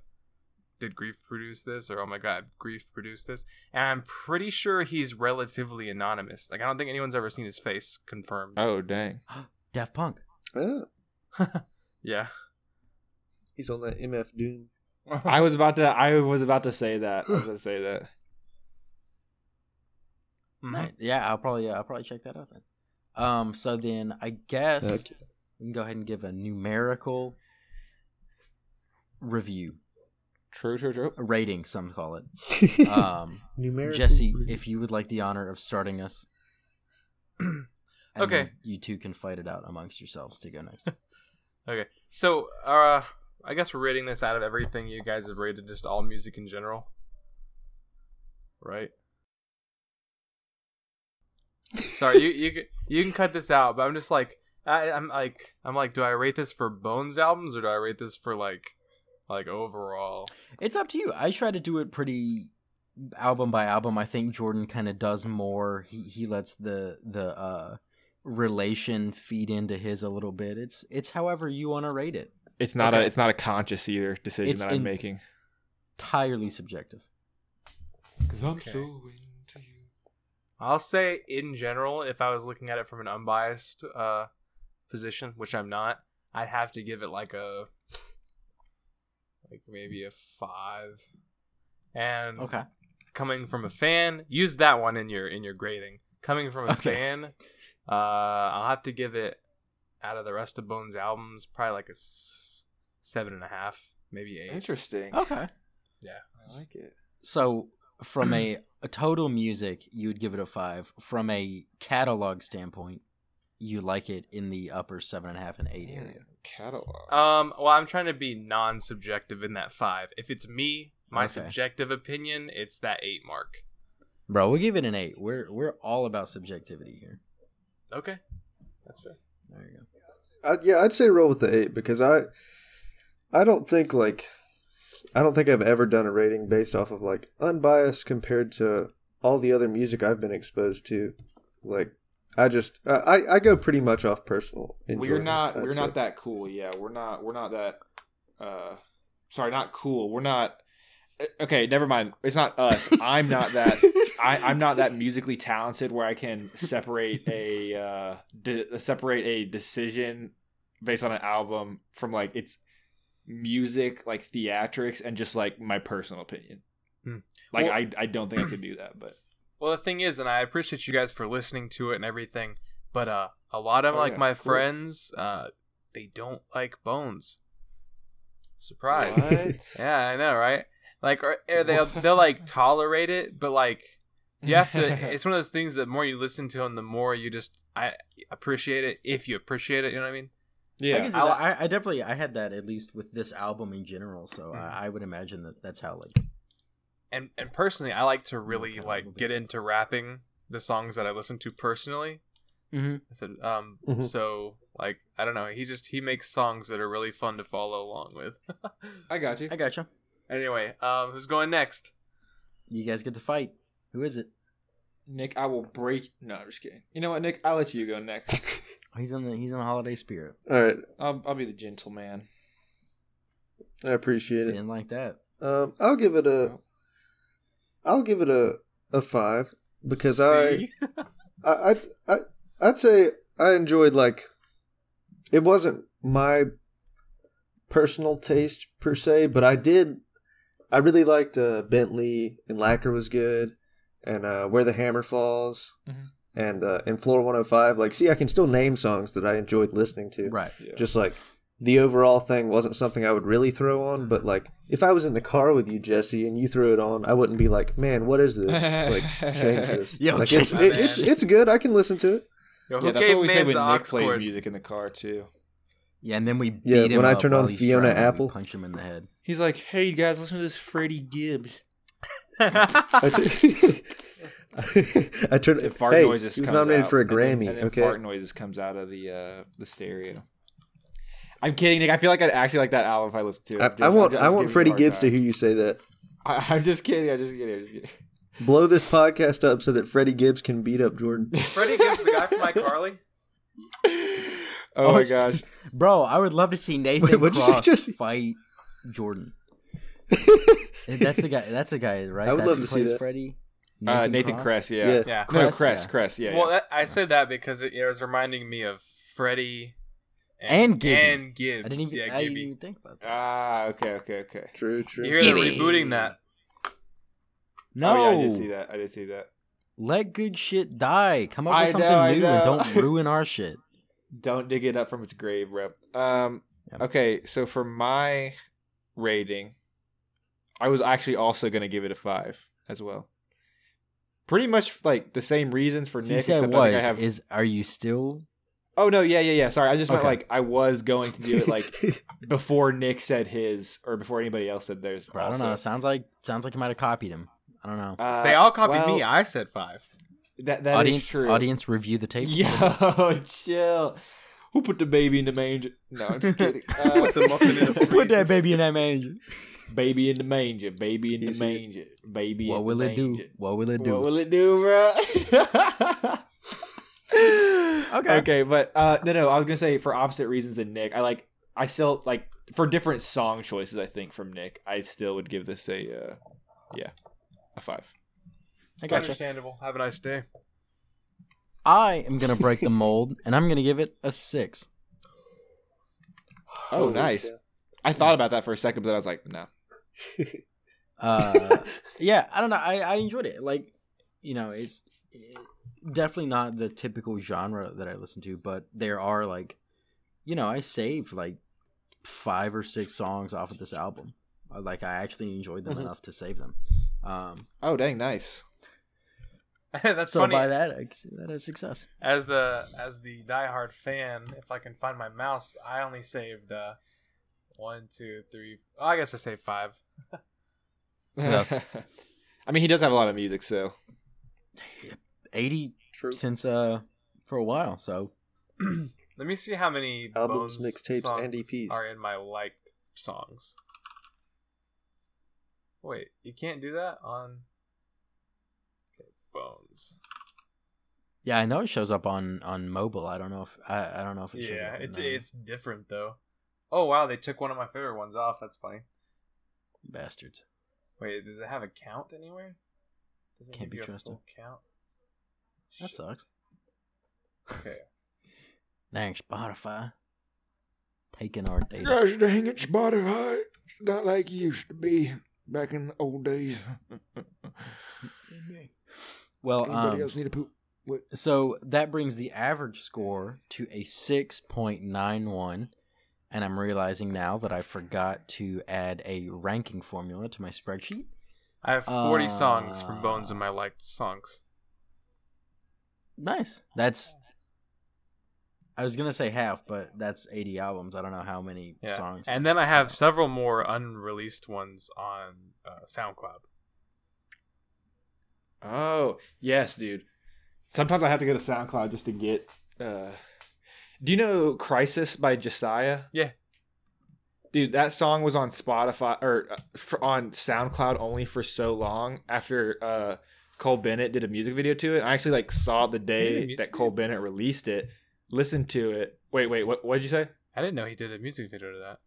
Speaker 4: did Grief produce this? Or oh my god, Grief produced this? And I'm pretty sure he's relatively anonymous. Like I don't think anyone's ever seen his face confirmed.
Speaker 3: *laughs* oh dang.
Speaker 1: Daft Punk.
Speaker 2: Ah,
Speaker 4: yeah,
Speaker 2: he's on that MF Doom.
Speaker 3: I was about to I was about to say that. I was about to say that.
Speaker 4: Mhm.
Speaker 1: Nice. Yeah, I'll probably uh, I'll probably check that out then. Um, so then I guess
Speaker 2: Okay.
Speaker 1: we can go ahead and give a numerical review,
Speaker 3: *sighs* True, true, true.
Speaker 1: a rating. Some call
Speaker 2: *laughs*
Speaker 1: it. *laughs* Um,
Speaker 2: Numerical
Speaker 1: Jesse,
Speaker 2: review.
Speaker 1: if you would like the honor of starting us, and
Speaker 4: Okay.
Speaker 1: then you two can fight it out amongst yourselves to go next.
Speaker 4: So, uh, I guess we're rating this out of everything you guys have rated, just all music in general, right? Sorry, you you can- you can cut this out, but I'm just like I, I'm like I'm like, do I rate this for Bones albums or do I rate this for like like overall?
Speaker 1: It's up to you. I try to do it pretty album by album. I think Jordan kind of does more. He he lets the the uh relation feed into his a little bit. It's it's however you want to rate it.
Speaker 3: It's not a
Speaker 1: Okay.
Speaker 3: it's not a conscious either decision
Speaker 1: It's
Speaker 3: that I'm
Speaker 1: in-
Speaker 3: making.
Speaker 1: Entirely subjective.
Speaker 3: Because I'm
Speaker 4: so into you. I'll say in general, if I was looking at it from an unbiased uh, position, which I'm not, I'd have to give it like a like maybe a five. And
Speaker 1: Okay.
Speaker 4: coming from a fan, use that one in your in your grading. Coming from a
Speaker 1: Okay.
Speaker 4: fan, uh, I'll have to give it out of the rest of Bones albums probably like a s- seven and a half, maybe eight.
Speaker 3: Interesting.
Speaker 1: Okay.
Speaker 4: Yeah,
Speaker 3: I like it.
Speaker 1: So from a, a total music, you would give it a five. From a catalog standpoint, you like it in the upper seven and a half and eight area.
Speaker 3: Mm, Catalog.
Speaker 4: Um, well, I'm trying to be non-subjective in that five. If it's me, my
Speaker 1: Okay.
Speaker 4: subjective opinion, it's that eight mark.
Speaker 1: Bro, we'll give it an eight. We're we're all about subjectivity here.
Speaker 4: Okay, that's fair.
Speaker 1: There you go.
Speaker 2: I, yeah, I'd say roll with the eight because I, I don't think like, I don't think I've ever done a rating based off of like unbiased compared to all the other music I've been exposed to. Like, I just I I, I go pretty much off personal.
Speaker 3: we're
Speaker 2: enjoyment,
Speaker 3: not
Speaker 2: I'd
Speaker 3: we're
Speaker 2: say.
Speaker 3: not that cool yeah we're not we're not that uh sorry not cool we're not uh, okay never mind it's not us i'm not
Speaker 1: *laughs*
Speaker 3: that I, i'm not that musically talented where i can separate a uh de- separate a decision based on an album from like its music like theatrics and just like my personal opinion
Speaker 4: Hmm.
Speaker 3: like
Speaker 4: Well-
Speaker 3: i i don't think i could do that but
Speaker 4: Well, the thing is, and I appreciate you guys for listening to it and everything, but uh, a lot of
Speaker 3: Oh,
Speaker 4: like
Speaker 3: yeah,
Speaker 4: my
Speaker 3: cool.
Speaker 4: friends, uh, they don't like bones. Surprise. Yeah, I know, right? Like, or, or they'll they'll like tolerate it, but like you have
Speaker 3: *laughs*
Speaker 4: to. It's one of those things that the more you listen to them, the more you just I appreciate it. If you appreciate it, you know what I mean.
Speaker 1: I,
Speaker 3: yeah
Speaker 1: can see that. I, I definitely I had that at least with this album in general. So I, I would imagine that that's how like
Speaker 4: and and personally i like to really
Speaker 1: Okay, we'll
Speaker 4: like
Speaker 1: be
Speaker 4: get
Speaker 1: back.
Speaker 4: into rapping the songs that i listen to personally
Speaker 2: Mm-hmm.
Speaker 3: Mhm.
Speaker 4: i said um
Speaker 2: Mhm.
Speaker 4: so like i don't know he just he makes songs that are really fun to follow along with
Speaker 3: i got you
Speaker 1: I gotcha.
Speaker 4: anyway um who's going next
Speaker 1: You guys get to fight. Who is it?
Speaker 3: Nick, I will break. No, I'm just kidding. You know what, Nick? I'll let you go *laughs* next.
Speaker 1: Oh, He's on the he's on the holiday spirit.
Speaker 2: All right,
Speaker 3: I'll, I'll be the gentleman.
Speaker 2: I appreciate it.
Speaker 1: Didn't like that.
Speaker 2: Um, I'll give it a, I'll give it a a five because I.
Speaker 4: See?
Speaker 2: I, I'd, I, I'd say I enjoyed like it wasn't my personal taste per se, but I did I really liked uh, Bentley and Lacquer was good and uh, Where the Hammer Falls
Speaker 3: Mhm.
Speaker 2: and uh, and Florida 105. Like, see, I can still name songs that I enjoyed listening to.
Speaker 1: Right.
Speaker 3: Yeah.
Speaker 2: Just like the overall thing wasn't something I would really throw on, but like if I was in the car with you, Jesse, and you threw it on, I wouldn't be like, man, what
Speaker 3: *laughs*
Speaker 2: is this? Like, *laughs* change this.
Speaker 1: Yo,
Speaker 2: like,
Speaker 1: change
Speaker 2: it's,
Speaker 4: this.
Speaker 2: it, it's, it's good. I can listen to it.
Speaker 4: Yo, who
Speaker 3: yeah, that's
Speaker 4: gave
Speaker 3: what we say
Speaker 4: Mans
Speaker 3: when
Speaker 4: the
Speaker 3: Nick
Speaker 4: aux
Speaker 3: plays
Speaker 4: cord?
Speaker 3: music in the car too.
Speaker 1: Yeah, and then we beat
Speaker 2: Yeah,
Speaker 1: him
Speaker 2: when I
Speaker 1: up
Speaker 2: turn on
Speaker 1: while he's
Speaker 2: Fiona
Speaker 1: driving, we
Speaker 2: Apple.
Speaker 1: punch him in the head.
Speaker 3: He's like, "Hey, you guys, listen to this Freddie
Speaker 2: *laughs*
Speaker 3: Gibbs."
Speaker 2: I t- *laughs* I turned.
Speaker 3: The fart
Speaker 2: hey,
Speaker 3: noises.
Speaker 2: He was
Speaker 3: comes
Speaker 2: nominated
Speaker 3: out,
Speaker 2: for a
Speaker 3: and then-
Speaker 2: Grammy.
Speaker 3: and then
Speaker 2: okay.
Speaker 3: fart noises comes out of the uh, the stereo. I'm kidding, Nick. I feel like I'd actually like that album if I listened to it. I'm
Speaker 2: I, I
Speaker 3: just- I'm
Speaker 2: want
Speaker 3: just
Speaker 2: I
Speaker 3: giving
Speaker 2: want
Speaker 3: you a
Speaker 2: Freddie
Speaker 3: hard
Speaker 2: Gibbs to
Speaker 3: time.
Speaker 2: hear you say that.
Speaker 3: I, *laughs* I'm just kidding. I'm just kidding. I'm just
Speaker 2: *laughs*
Speaker 3: kidding.
Speaker 2: Blow this podcast up so that Freddie Gibbs can beat up Jordan.
Speaker 4: Freddie Gibbs, the guy from iCarly.
Speaker 3: Oh my gosh.
Speaker 1: Bro, I would love to
Speaker 2: *laughs*
Speaker 1: see Nathan
Speaker 2: Wait, what'd you say,
Speaker 1: Cross
Speaker 2: Jesse?
Speaker 1: fight
Speaker 2: *laughs*
Speaker 1: Jordan. that's the guy. That's the guy, right?
Speaker 2: I would
Speaker 1: That's
Speaker 2: love
Speaker 1: who
Speaker 2: to see
Speaker 1: plays
Speaker 2: that.
Speaker 1: Freddy.
Speaker 3: Uh, Nathan Kress, yeah.
Speaker 2: Yeah.
Speaker 4: Yeah.
Speaker 3: No,
Speaker 1: Kress,
Speaker 3: Kress,
Speaker 1: yeah.
Speaker 3: Kress, yeah.
Speaker 4: Well,
Speaker 3: yeah.
Speaker 4: that, I said that because it, it was reminding me of Freddie
Speaker 1: And Gibby.
Speaker 4: And Gibbs.
Speaker 1: I didn't even.
Speaker 4: yeah,
Speaker 1: I didn't
Speaker 4: Gibby.
Speaker 1: even think about that.
Speaker 3: Ah, okay, okay, okay.
Speaker 2: *laughs* True,
Speaker 4: You
Speaker 2: true.
Speaker 4: hear they're
Speaker 5: Gibby.
Speaker 4: rebooting that.
Speaker 1: No,
Speaker 3: Oh, yeah, I did see that. I did see that.
Speaker 1: let good shit die. Come up
Speaker 3: I
Speaker 1: with
Speaker 3: know,
Speaker 1: something
Speaker 3: I
Speaker 1: new and
Speaker 3: know.
Speaker 1: don't
Speaker 3: *laughs*
Speaker 1: ruin our shit.
Speaker 3: Don't dig it up from its grave, bro. Um,
Speaker 1: Yeah.
Speaker 3: okay, so for my rating, I was actually also gonna give it a five as well. Pretty much like the same reasons for
Speaker 1: So you
Speaker 3: Nick,
Speaker 1: said
Speaker 3: except I
Speaker 1: was
Speaker 3: think I have.
Speaker 1: is are you still?
Speaker 3: oh no, yeah, yeah, yeah. Sorry, I just meant
Speaker 1: Okay.
Speaker 3: like I was going to do it
Speaker 2: *laughs*
Speaker 3: like
Speaker 1: *laughs*
Speaker 3: before Nick said his or before anybody else said theirs.
Speaker 1: I don't know.
Speaker 3: also.
Speaker 1: Sounds like sounds like you might have copied him. I don't know.
Speaker 3: Uh,
Speaker 4: they all copied
Speaker 3: well,
Speaker 4: me. I said five.
Speaker 3: That that is
Speaker 1: audience,
Speaker 3: true. *laughs*
Speaker 1: audience, review the tape.
Speaker 3: Yo, chill. Who put the baby in the manger? No,
Speaker 1: *laughs*
Speaker 3: I'm just kidding. Uh,
Speaker 4: Put the muffin in the
Speaker 1: *laughs* Put that baby in that
Speaker 3: *laughs*
Speaker 1: manger.
Speaker 3: baby in the manger. Baby in the
Speaker 2: Yes, you did.
Speaker 3: manger. Baby.
Speaker 1: What
Speaker 3: in
Speaker 1: will
Speaker 3: the
Speaker 1: it do?
Speaker 3: manger.
Speaker 1: What will it do?
Speaker 3: What will it do, bro?
Speaker 1: *laughs*
Speaker 3: okay. Okay, but uh, no, no. I was gonna say for opposite reasons than Nick. I like. I still like for different song choices. I think from Nick, I still would give this a, uh, yeah, a five.
Speaker 1: I gotcha.
Speaker 4: Understandable. Have a nice day. *laughs*
Speaker 1: I am gonna break the mold, and I'm gonna give it a six.
Speaker 3: Oh,
Speaker 2: Holy
Speaker 3: nice.
Speaker 2: cow.
Speaker 3: I thought about that for a second, but then I was like, no.
Speaker 4: *laughs*
Speaker 1: Uh, yeah, I don't know. I, I enjoyed it. Like, you know, it's definitely not the typical genre that I listen to, but there are like, you know, I saved like five or six songs off of this album. Uh, Like, I actually enjoyed them
Speaker 4: Mm-hmm.
Speaker 3: Mhm.
Speaker 1: enough to save them. Um,
Speaker 3: Oh, dang, nice.
Speaker 4: That's
Speaker 1: so
Speaker 4: funny.
Speaker 1: by that, I see that as success.
Speaker 4: As the as the diehard fan, if I can find my mouse, I only saved uh, one, two, three. oh, I guess I saved five. *clears throat*
Speaker 1: Yeah.
Speaker 3: *laughs* I mean, he does have a lot of music, so
Speaker 1: Eighty
Speaker 2: True.
Speaker 1: since uh for a while, so
Speaker 4: Let me see how many
Speaker 2: Albums,
Speaker 4: Bones
Speaker 2: mixtapes,
Speaker 4: songs
Speaker 2: and E EPs.
Speaker 4: are in my liked songs. Wait, you can't do that on okay, Bones.
Speaker 1: yeah, I know it shows up on on mobile. I don't know if I, I don't know if it shows
Speaker 4: Yeah,
Speaker 1: up. in
Speaker 4: it,
Speaker 1: the
Speaker 4: it's different though. Oh wow, they took one of my favorite ones off. That's funny.
Speaker 1: bastards.
Speaker 4: Wait, does it have a count anywhere? Doesn't
Speaker 1: Can't
Speaker 4: give
Speaker 1: be
Speaker 4: you a
Speaker 1: trusted.
Speaker 4: full count.
Speaker 1: That
Speaker 4: Shit.
Speaker 1: sucks.
Speaker 4: Okay.
Speaker 1: *laughs* Thanks, Spotify. Taking our data.
Speaker 3: gosh dang it, Spotify, not like it used to be back in the old days.
Speaker 1: Well, um,
Speaker 3: need a poop?
Speaker 1: so that brings the average score to a 6.91. And I'm realizing now that I forgot to add a ranking formula to my spreadsheet.
Speaker 4: I have 40 songs from
Speaker 1: Uh,
Speaker 4: Bones in my liked songs.
Speaker 1: Nice. That's. I was going to say half, but that's 80 albums. I don't know how many
Speaker 4: Yeah.
Speaker 1: songs.
Speaker 4: And then I have several more unreleased ones on uh, SoundCloud.
Speaker 3: Oh yes, dude. Sometimes I have to go to SoundCloud just to get. uh Do you know "Crisis" by Josiah?
Speaker 4: Yeah.
Speaker 3: Dude, that song was on Spotify or uh, for, on SoundCloud only for so long. After uh Cole Bennett did a music video to it, I actually like saw the
Speaker 4: He did a
Speaker 3: day
Speaker 4: music
Speaker 3: that Cole Bennett released it. Listened to it. Wait, wait. What? What did you say?
Speaker 4: I didn't know he did a music video to that.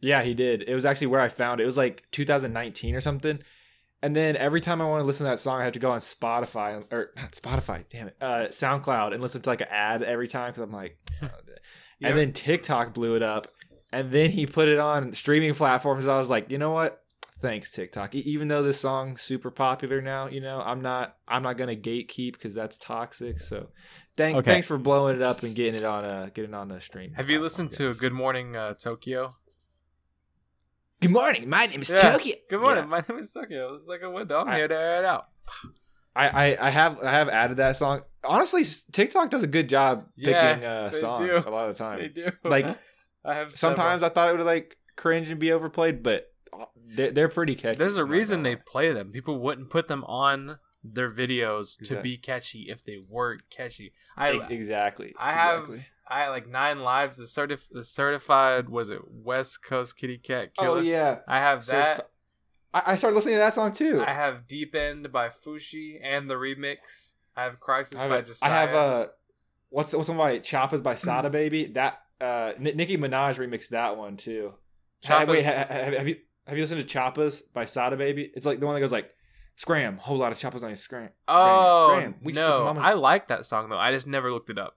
Speaker 3: Yeah, he did. It was actually where I found it. It was like 2019 or something. And then every time I want to listen to that song, I have to go on Spotify or not Spotify, damn it, uh, SoundCloud, and listen to like an ad every time because I'm like. oh, d-
Speaker 4: You know-
Speaker 3: And then TikTok blew it up, and then he put it on streaming platforms. I was like, you know what? Thanks TikTok. E- Even though this song's super popular now, you know, I'm not I'm not gonna gatekeep because that's toxic. So, thank,
Speaker 1: Okay.
Speaker 3: thanks for blowing it up and getting it on a getting on a stream.
Speaker 4: Have you listened to Good Morning uh, Tokyo?
Speaker 3: Good morning. My name is
Speaker 4: Yeah.
Speaker 3: Tokyo.
Speaker 4: Good morning, my name is Tokyo. It's like a wood dog
Speaker 3: I-
Speaker 4: here to air it out.
Speaker 3: I, I I have I have added that song. Honestly, s- TikTok does a good job picking
Speaker 4: Yeah,
Speaker 3: uh,
Speaker 4: they
Speaker 3: songs
Speaker 4: do.
Speaker 3: a lot of the
Speaker 4: They
Speaker 3: time.
Speaker 4: do.
Speaker 3: Like
Speaker 4: *laughs* I have
Speaker 3: sometimes
Speaker 4: several.
Speaker 3: I thought it would like cringe and be overplayed, but uh, they're, they're pretty catchy.
Speaker 4: there's a
Speaker 3: I'm not
Speaker 4: reason
Speaker 3: gonna
Speaker 4: they play them. People wouldn't put them on their videos to
Speaker 3: Exact-
Speaker 4: be catchy if they weren't catchy. I
Speaker 3: E- exactly.
Speaker 4: I have
Speaker 3: Exactly.
Speaker 4: I had like nine lives. The certif the certified was it West Coast Kitty Cat Killer.
Speaker 3: Oh yeah.
Speaker 4: I have
Speaker 3: So
Speaker 4: that.
Speaker 3: f- I, I started listening to that song too.
Speaker 4: I have Deep End by Fushi and the remix. I have Crisis
Speaker 3: I have,
Speaker 4: by
Speaker 3: a- I
Speaker 4: Josiah.
Speaker 3: have uh, what's what's one by Choppas
Speaker 4: *clears throat*
Speaker 3: by Sada Baby? That uh, N- Nicki Minaj remixed that one too. Have, wait,
Speaker 4: Choppas-
Speaker 3: ha- ha- have, you have you listened to Choppas by Sada Baby? It's like the one that goes like, "Scram, whole lot of choppas on your scram."
Speaker 4: Oh
Speaker 3: Graham, we should put
Speaker 4: no!
Speaker 3: them on the-
Speaker 4: I like that song though. I just never looked it up.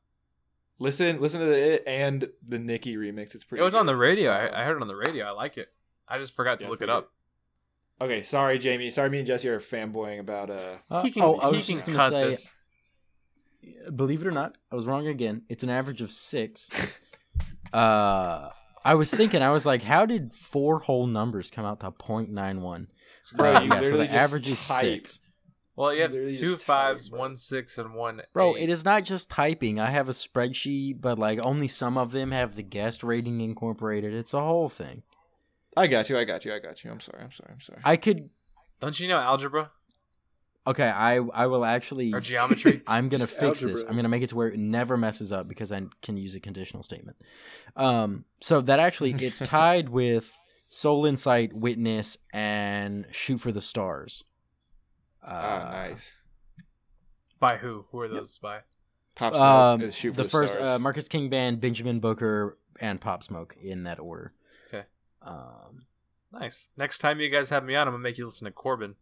Speaker 3: Listen, listen to it and the Nicki remix. It's pretty.
Speaker 4: It was on
Speaker 3: good.
Speaker 4: the radio. I, I heard it on the radio. I like it. I just forgot to
Speaker 3: Yeah,
Speaker 4: look it
Speaker 3: pretty
Speaker 4: up.
Speaker 3: Okay, sorry, Jamie. Sorry, me and Jesse are fanboying about uh.
Speaker 1: Uh,
Speaker 4: he can,
Speaker 1: oh, I
Speaker 4: he
Speaker 1: was
Speaker 4: can
Speaker 1: just gonna
Speaker 4: cut
Speaker 1: say-
Speaker 4: this.
Speaker 1: Believe it or not, I was wrong again. It's an average of six. *laughs* Uh, I was thinking, I was like, how did four whole numbers come out to 0.91?
Speaker 3: Bro, you
Speaker 1: Uh, yeah, so the
Speaker 3: literally just
Speaker 1: average is
Speaker 3: type.
Speaker 1: six.
Speaker 4: Well, you have
Speaker 3: Literally
Speaker 4: two
Speaker 3: just tired,
Speaker 4: fives,
Speaker 3: bro.
Speaker 4: one six, and one.
Speaker 1: Bro, it is not just typing. I have a spreadsheet, but like only some of them have the guest rating incorporated. It's a whole thing.
Speaker 3: I got you. I got you. I got you. I'm sorry. I'm sorry. I'm sorry.
Speaker 1: I could
Speaker 4: Don't you know algebra
Speaker 1: okay, I I will actually
Speaker 4: or
Speaker 3: *laughs*
Speaker 4: geometry?
Speaker 1: I'm gonna
Speaker 2: Just
Speaker 1: fix this.
Speaker 2: algebra.
Speaker 1: I'm gonna make it to where it never messes up because I can use a conditional statement. Um, so that actually
Speaker 3: *laughs*
Speaker 1: it's tied with Soul Insight, Witness, and Shoot for the Stars. Uh,
Speaker 3: ah, nice.
Speaker 4: by who? Who are those by?
Speaker 3: Pop
Speaker 1: um,
Speaker 3: smoke. is shoot for
Speaker 1: the,
Speaker 3: the,
Speaker 1: first
Speaker 3: stars.
Speaker 1: Uh, Marcus King Band, Benjamin Booker, and Pop Smoke in that order.
Speaker 4: Okay.
Speaker 1: Um,
Speaker 4: Nice. Next time you guys have me on, I'm gonna make you listen to Corbin.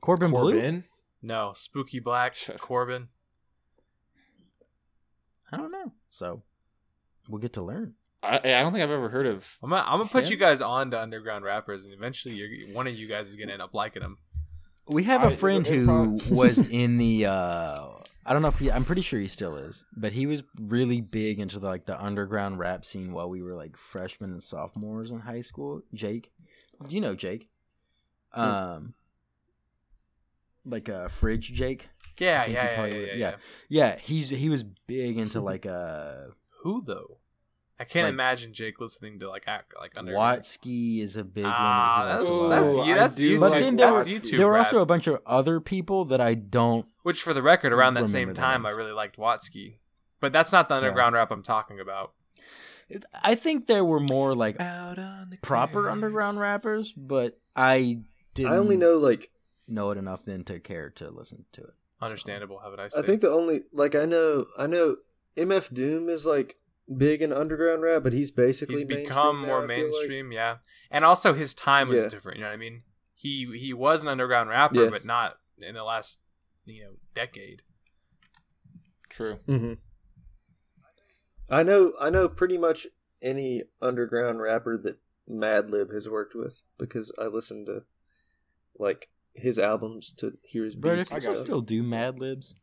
Speaker 1: Corbin, Blue.
Speaker 3: Corbin.
Speaker 4: No,
Speaker 1: *laughs*
Speaker 4: Spooky Black
Speaker 3: Shut up.
Speaker 4: Corbin.
Speaker 1: I don't know. So we'll get to learn.
Speaker 3: I, I don't think I've ever heard of.
Speaker 4: I'm gonna, I'm gonna put
Speaker 3: Him?
Speaker 4: you guys on to underground rappers, and eventually, you're, one of you guys is gonna end up liking them.
Speaker 1: We have
Speaker 3: I-
Speaker 1: a
Speaker 3: it-
Speaker 1: friend
Speaker 3: it
Speaker 1: who
Speaker 3: prob-
Speaker 1: *laughs*
Speaker 4: *laughs*
Speaker 1: was in the. Uh, I don't know if he. I'm pretty sure he still is, but he was really big into the, like the underground rap scene while we were like freshmen and sophomores in high school. Jake, do you know Jake? Um, like a uh, fridge Jake. I
Speaker 4: Yeah,
Speaker 1: think you
Speaker 4: yeah, yeah,
Speaker 1: probably
Speaker 4: yeah,
Speaker 1: would-
Speaker 4: yeah,
Speaker 1: yeah.
Speaker 4: yeah.
Speaker 1: Yeah, he's he was big
Speaker 4: *laughs*
Speaker 1: into like uh
Speaker 4: Who though? I can't
Speaker 1: Like-
Speaker 4: imagine Jake listening to like act like underground.
Speaker 1: Watsky is a big
Speaker 4: Ah,
Speaker 1: one. That
Speaker 4: that's,
Speaker 1: he likes
Speaker 3: Oh,
Speaker 1: a
Speaker 4: that's,
Speaker 1: lot.
Speaker 3: I
Speaker 4: yeah, that's
Speaker 3: do
Speaker 4: YouTube.
Speaker 1: like But then there
Speaker 4: that's
Speaker 3: were-
Speaker 4: YouTube
Speaker 1: there were
Speaker 4: rap.
Speaker 1: also a bunch of other people that I don't.
Speaker 4: Which, for the record, around that same
Speaker 1: Remember the
Speaker 4: time, I
Speaker 1: names.
Speaker 4: really liked Watsky. But that's not the underground rap I'm talking about.
Speaker 1: I think there were more like
Speaker 3: Out on the
Speaker 1: proper underground rappers, but I didn't
Speaker 2: I only know like
Speaker 1: know it enough then to care to listen to it.
Speaker 4: Understandable. Have a nice
Speaker 2: I
Speaker 4: day.
Speaker 2: think the only like I know I know MF Doom is like big in underground rap, but he's basically
Speaker 4: He's become
Speaker 2: mainstream now,
Speaker 4: more
Speaker 2: I feel like.
Speaker 4: mainstream, yeah. And also, his time was
Speaker 2: Yeah.
Speaker 4: different. You know what I mean? He he was an underground rapper,
Speaker 2: Yeah.
Speaker 4: but not in the last you know decade.
Speaker 3: True.
Speaker 2: hmm I know I know pretty much any underground rapper that Madlib has worked with because I listened to like his albums to hear his
Speaker 1: But if
Speaker 2: beats.
Speaker 3: I
Speaker 2: and
Speaker 1: people
Speaker 3: got it.
Speaker 2: stuff.
Speaker 1: still do Mad Libs,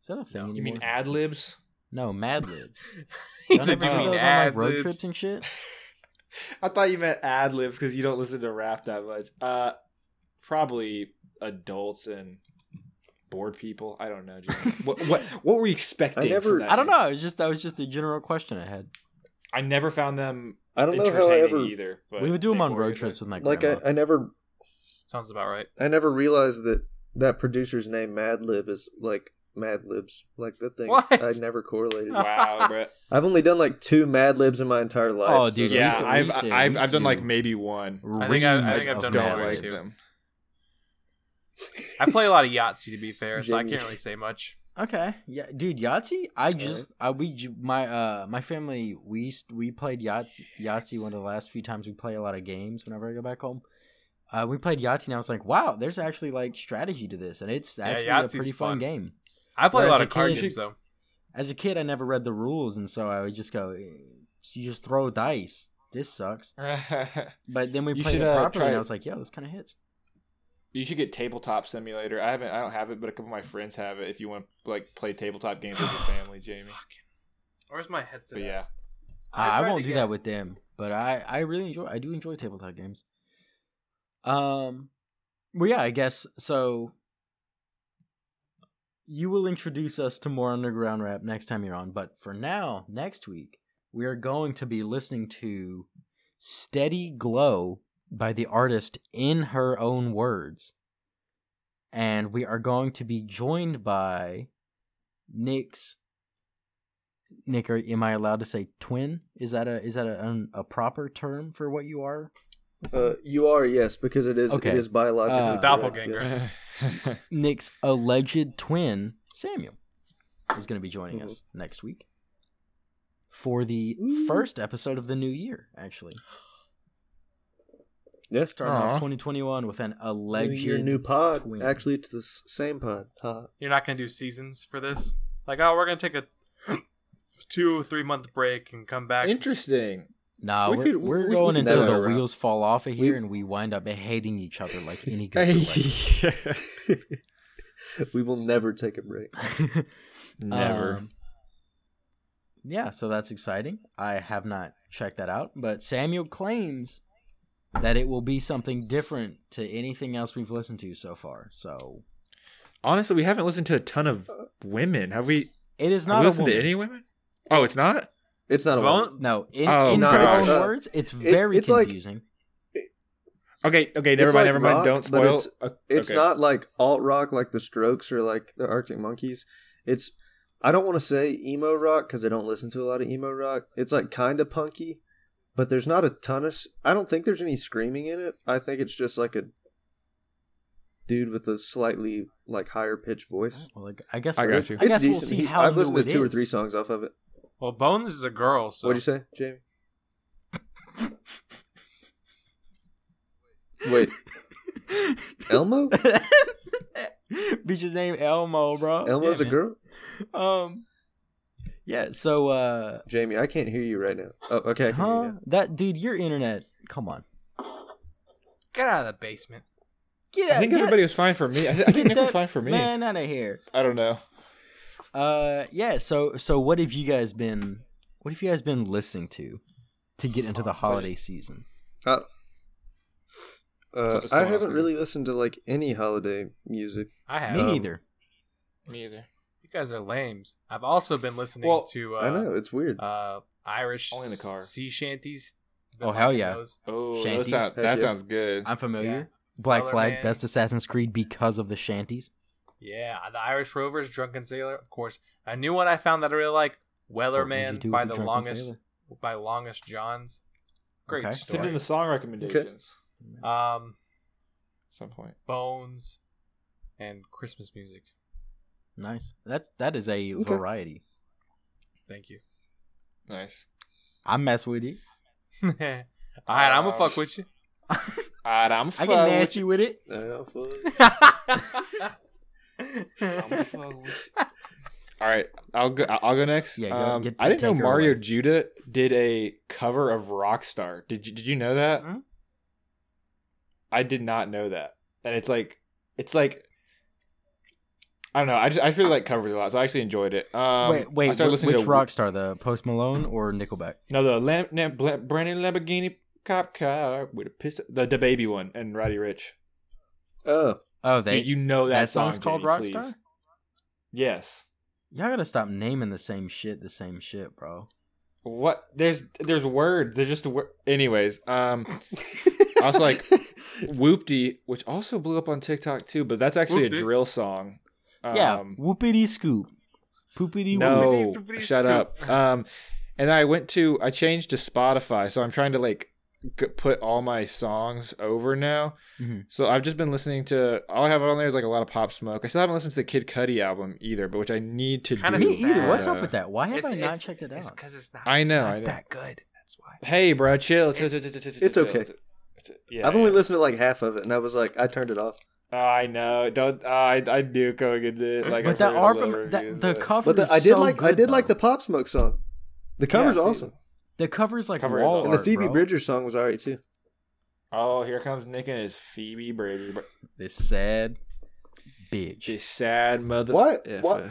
Speaker 1: is that a thing
Speaker 4: No.
Speaker 1: anymore?
Speaker 3: You mean ad libs?
Speaker 1: No, Mad Libs.
Speaker 4: He's
Speaker 1: Don't
Speaker 4: like,
Speaker 1: they
Speaker 3: "You
Speaker 1: do
Speaker 3: mean
Speaker 1: those on like
Speaker 4: ad
Speaker 1: road
Speaker 4: libs?"
Speaker 1: trips and shit?
Speaker 3: I thought you meant ad libs because you don't listen to rap that much. Uh, probably adults and bored people. I don't know.
Speaker 1: *laughs*
Speaker 3: Jamie. what, what what were you expecting?
Speaker 2: I never-
Speaker 3: from that
Speaker 1: I don't
Speaker 3: music?
Speaker 1: know. It was just that was just a general question I had.
Speaker 3: I never found them
Speaker 2: I don't know
Speaker 3: entertaining
Speaker 2: how I ever
Speaker 3: either. But
Speaker 1: we would do them
Speaker 3: they
Speaker 1: on
Speaker 3: were
Speaker 1: road
Speaker 3: good.
Speaker 1: trips with my
Speaker 2: like I,
Speaker 1: grandma.
Speaker 2: I never
Speaker 4: Sounds about right.
Speaker 2: I never realized that that producer's name Madlib is like Madlibs like that thing.
Speaker 4: What?
Speaker 2: I never
Speaker 3: *laughs*
Speaker 2: correlated.
Speaker 3: *laughs* Wow,
Speaker 1: *laughs*
Speaker 3: bro.
Speaker 2: I've only done like two Madlibs in my entire life.
Speaker 1: Oh,
Speaker 2: so
Speaker 1: dude,
Speaker 2: that-
Speaker 1: we
Speaker 3: Yeah,
Speaker 1: used to- we
Speaker 3: I've
Speaker 1: used to- we
Speaker 3: I've,
Speaker 1: used
Speaker 3: I've done
Speaker 1: to-
Speaker 3: like maybe one.
Speaker 1: *laughs*
Speaker 4: I think I- I
Speaker 1: Reams
Speaker 4: think I've
Speaker 1: of Mad
Speaker 4: done
Speaker 3: don't
Speaker 4: one
Speaker 1: Libs.
Speaker 3: like
Speaker 4: too.
Speaker 3: them.
Speaker 4: I play a lot of Yahtzee to be fair, so I
Speaker 2: Jamie.
Speaker 4: can't really say much.
Speaker 1: Okay, yeah, dude, Yahtzee. I
Speaker 2: Alright.
Speaker 1: just I we ju- my uh my family we used, we played Yahtzee Yahtzee one of the last few times we play a lot of games whenever I go back home. Uh, we played Yahtzee and I was like, wow, there's actually like strategy to this, and it's
Speaker 4: Yeah,
Speaker 1: actually a
Speaker 4: Yahtzee's
Speaker 1: pretty fun,
Speaker 4: fun.
Speaker 1: game.
Speaker 4: I play a
Speaker 1: Whereas
Speaker 4: lot
Speaker 1: a
Speaker 4: of card
Speaker 1: kid-
Speaker 4: games though.
Speaker 1: As a kid, I never read the rules, and so I would just go, eh, you just throw dice. This sucks.
Speaker 3: *laughs*
Speaker 4: *laughs*
Speaker 1: But then we
Speaker 3: You
Speaker 1: played
Speaker 3: should,
Speaker 1: it
Speaker 3: uh,
Speaker 1: properly,
Speaker 3: try
Speaker 1: and I
Speaker 3: it.
Speaker 1: was like, yo, this kind of hits.
Speaker 3: You should get Tabletop Simulator. I haven't. I don't have it, but a couple of my friends have it. If you want to like play tabletop games with your
Speaker 1: *sighs*
Speaker 3: family, Jamie.
Speaker 4: *sighs* Fucking- Where's my headset?
Speaker 3: But
Speaker 4: at?
Speaker 3: yeah,
Speaker 4: I
Speaker 1: I,
Speaker 4: tried
Speaker 1: won't
Speaker 4: to
Speaker 1: do
Speaker 4: get-
Speaker 1: that with them, but I I really enjoy I do enjoy tabletop games. Um, well, yeah, I guess so. You will introduce us to more underground rap next time you're on, but for now, next week we are going to be listening to "Steady Glow" by the artist in her own words, and we are going to be joined by Nick's. Nick, are, am I allowed to say twin? Is that a is that a, an- a proper term for what you are?
Speaker 2: Uh, you are yes, because it is
Speaker 1: Okay.
Speaker 2: it is biological.
Speaker 1: Uh, This is
Speaker 4: doppelganger.
Speaker 3: *laughs*
Speaker 1: Nick's alleged twin, Samuel, is going to be joining
Speaker 2: Mhm.
Speaker 1: us next week for the first episode of the new year, actually.
Speaker 2: Yeah.
Speaker 1: Starting off
Speaker 4: Aw.
Speaker 1: 2021 with an
Speaker 2: New
Speaker 1: alleged
Speaker 2: year, new pod.
Speaker 1: twin.
Speaker 2: Actually, it's the s- same pod.
Speaker 3: *laughs*
Speaker 2: Huh.
Speaker 4: You're not gonna do seasons for this. Like, oh, we're gonna take a *coughs* two or three month break and come back.
Speaker 3: Interesting.
Speaker 1: Nah,
Speaker 3: We
Speaker 1: we are
Speaker 3: could-
Speaker 1: we're
Speaker 3: we- we
Speaker 1: going
Speaker 2: could
Speaker 1: until
Speaker 2: do
Speaker 1: the
Speaker 3: that around.
Speaker 1: wheels fall off of here
Speaker 2: We-
Speaker 1: and we wind up hating each other like any good collective.
Speaker 2: *laughs*
Speaker 3: Never.
Speaker 2: we will never take a break.
Speaker 1: *laughs* Um, yeah, so that's exciting. I have not checked that out, but Samuel claims that it will be something different to anything else we've listened to so far. So
Speaker 3: Honestly, we haven't listened to a ton of
Speaker 2: Uh,
Speaker 3: women. Have we?
Speaker 1: it is
Speaker 3: have
Speaker 1: not
Speaker 3: we
Speaker 1: a
Speaker 3: listened
Speaker 1: woman.
Speaker 3: to any women? Oh, it's not.
Speaker 2: It's not a
Speaker 4: Bone-
Speaker 2: woman.
Speaker 1: No, in,
Speaker 3: Oh,
Speaker 1: in
Speaker 2: no,
Speaker 1: her
Speaker 2: it's,
Speaker 1: own
Speaker 2: uh,
Speaker 1: words, it's
Speaker 2: it-
Speaker 1: very
Speaker 2: it's like-
Speaker 1: confusing.
Speaker 3: Okay. Okay. Never mind.
Speaker 2: It's like
Speaker 3: never mind.
Speaker 2: rock,
Speaker 3: Don't
Speaker 2: but
Speaker 3: spoil.
Speaker 2: it's-
Speaker 3: O-
Speaker 2: It's
Speaker 3: okay.
Speaker 2: not like alt rock like the Strokes or like the Arctic Monkeys. It's I don't want to say emo rock because I don't listen to a lot of emo rock. It's like kind of punky, but there's not a ton of. s- I don't think there's any screaming in it. I think it's just like a dude with a slightly like higher pitched voice.
Speaker 1: well, like, I guess *laughs*
Speaker 3: I got you.
Speaker 1: I guess
Speaker 2: it's
Speaker 1: we'll
Speaker 2: decent.
Speaker 1: see
Speaker 2: He-
Speaker 1: how
Speaker 2: I've
Speaker 1: new
Speaker 2: listened to
Speaker 1: it
Speaker 2: two or
Speaker 1: is.
Speaker 2: three songs off of it.
Speaker 4: well, Bones is a girl, so
Speaker 2: What'd you say, Jamie? *laughs* Wait, Elmo?
Speaker 1: Bitch's name Elmo, bro.
Speaker 2: Elmo's
Speaker 1: Yeah,
Speaker 2: a
Speaker 1: man.
Speaker 2: girl?
Speaker 1: Um, yeah. So, uh,
Speaker 2: Jamie, I can't hear you right now. Oh, okay. I can hear you
Speaker 1: huh?
Speaker 2: now.
Speaker 1: That dude, your internet. Come on,
Speaker 4: get out of the basement.
Speaker 1: get out.
Speaker 3: I think
Speaker 1: get-
Speaker 3: everybody was fine for me.
Speaker 2: *laughs*
Speaker 3: I, th- I think Nick was fine for me.
Speaker 1: Man, out of here.
Speaker 3: I don't know.
Speaker 1: Uh, yeah. So, so what have you guys been? What have you guys been listening to to get into the holiday season?
Speaker 2: Uh,
Speaker 3: So- so
Speaker 2: I
Speaker 3: I was
Speaker 2: haven't
Speaker 3: gonna-
Speaker 2: really listened to like any holiday music.
Speaker 4: I have.
Speaker 1: Me
Speaker 2: Um,
Speaker 1: neither.
Speaker 3: Me either.
Speaker 4: You guys are lames. I've also been listening
Speaker 3: Well,
Speaker 4: to uh,
Speaker 2: I know it's weird.
Speaker 4: uh Irish
Speaker 3: Only in the car.
Speaker 4: s- sea shanties.
Speaker 1: Oh, hell yeah.
Speaker 4: Those.
Speaker 3: Oh, that,
Speaker 1: Shanties?
Speaker 3: sound,
Speaker 2: Heck
Speaker 3: that
Speaker 2: yeah.
Speaker 3: sounds good.
Speaker 1: I'm familiar.
Speaker 4: Yeah.
Speaker 1: Black
Speaker 4: Color
Speaker 1: Flag,
Speaker 4: Man.
Speaker 1: best Assassin's Creed because of the shanties.
Speaker 4: Yeah, uh, the Irish Rovers, Drunken Sailor, of course. A new one I found that I really like,
Speaker 1: What would you do
Speaker 4: Wellerman
Speaker 1: with
Speaker 4: by
Speaker 1: a
Speaker 4: the
Speaker 1: drunken
Speaker 4: longest
Speaker 1: sailor?
Speaker 4: by longest Johns. Great
Speaker 1: Okay.
Speaker 3: Send
Speaker 4: story.
Speaker 3: in the song recommendations. At
Speaker 4: um,
Speaker 3: some point.
Speaker 4: Bones, and Christmas music.
Speaker 1: Nice. That's that is a
Speaker 2: Okay.
Speaker 1: variety.
Speaker 4: Thank you. *laughs*
Speaker 3: Nice.
Speaker 1: I mess with it.
Speaker 4: All right, I'm gonna
Speaker 3: Um,
Speaker 1: *laughs*
Speaker 4: fuck *laughs* with you.
Speaker 3: Alright, I'm
Speaker 1: I
Speaker 3: fuck
Speaker 1: get
Speaker 3: with
Speaker 1: nasty with it.
Speaker 2: Uh,
Speaker 4: *laughs*
Speaker 1: *laughs*
Speaker 3: I'm fuck with you. All right, I'll go. I'll go next.
Speaker 1: Yeah, go-
Speaker 3: um,
Speaker 1: get-
Speaker 3: I didn't know
Speaker 1: take her
Speaker 3: Mario
Speaker 1: away.
Speaker 3: Judah did a cover of Rockstar. Did you Did you know that?
Speaker 4: Hmm?
Speaker 3: I did not know that, and it's like it's like I don't know. I just I really like covers a lot, so I actually enjoyed it. Um,
Speaker 1: wait, wait.
Speaker 3: I
Speaker 1: Which
Speaker 3: started listening
Speaker 1: which
Speaker 3: to
Speaker 1: rock star? The Post Malone or Nickelback?
Speaker 3: No, the Lam- Lam- Bla- Brandon Lamborghini cop car with a pistol. The the baby one and Roddy Rich.
Speaker 2: oh,
Speaker 1: Oh, they.
Speaker 3: Dude, you know that,
Speaker 1: that song's
Speaker 3: song,
Speaker 1: called
Speaker 3: Jamie,
Speaker 1: Rockstar?
Speaker 3: please. Yes.
Speaker 1: Y'all gotta stop naming the same shit. The same shit, bro.
Speaker 3: What? There's there's words. There's just a word. Anyways, um, I was like, Whoopty, which also blew up on TikTok too, but that's actually
Speaker 4: Whoop-dee.
Speaker 3: a drill song. Um,
Speaker 1: yeah. Whoopity scoop. Poopity whoop.
Speaker 3: No,
Speaker 4: Whoopity-doopity
Speaker 3: shut up. Um, and I went to I changed to Spotify, so I'm trying to like g- put all my songs over now.
Speaker 1: Mhm.
Speaker 3: So I've just been listening to all I have on there is like a lot of Pop Smoke. I still haven't listened to the Kid Cudi album either, but which I need to
Speaker 4: Kinda
Speaker 3: do.
Speaker 1: Me either.
Speaker 4: sad.
Speaker 1: What's
Speaker 3: Uh,
Speaker 1: up with that? Why have
Speaker 4: It's-
Speaker 1: I not
Speaker 4: it's-
Speaker 1: checked it
Speaker 4: It's
Speaker 1: out?
Speaker 4: because it's not.
Speaker 3: I
Speaker 4: it's
Speaker 3: know,
Speaker 4: not
Speaker 3: I know.
Speaker 4: that good. That's why.
Speaker 3: Hey, bro, chill. chill,
Speaker 4: It's-
Speaker 3: chill, chill, chill, chill,
Speaker 2: it's
Speaker 3: chill.
Speaker 2: okay.
Speaker 3: It's- yeah,
Speaker 2: I've only
Speaker 3: yeah.
Speaker 2: listened to like half of it, and I was like, I turned it off.
Speaker 3: Oh, I know. Don't. oh, I I do going into like.
Speaker 1: But
Speaker 3: I've
Speaker 1: the
Speaker 3: heard a lot of
Speaker 1: album,
Speaker 3: reviews,
Speaker 1: that, the
Speaker 3: but-
Speaker 1: cover.
Speaker 2: But the,
Speaker 1: is
Speaker 2: I did
Speaker 1: so
Speaker 2: like I
Speaker 1: good,
Speaker 2: did like
Speaker 1: though.
Speaker 2: the Pop Smoke song. The cover's
Speaker 3: Yeah, see,
Speaker 2: awesome,
Speaker 1: the cover's like
Speaker 3: cover is
Speaker 1: wall
Speaker 3: awesome.
Speaker 2: and the
Speaker 1: art,
Speaker 2: Phoebe
Speaker 1: bro.
Speaker 2: Bridgers song was alright too.
Speaker 3: Oh, here comes Nick and his Phoebe Brady.
Speaker 1: This sad bitch.
Speaker 3: This sad mother.
Speaker 2: What?
Speaker 3: effer.
Speaker 2: What?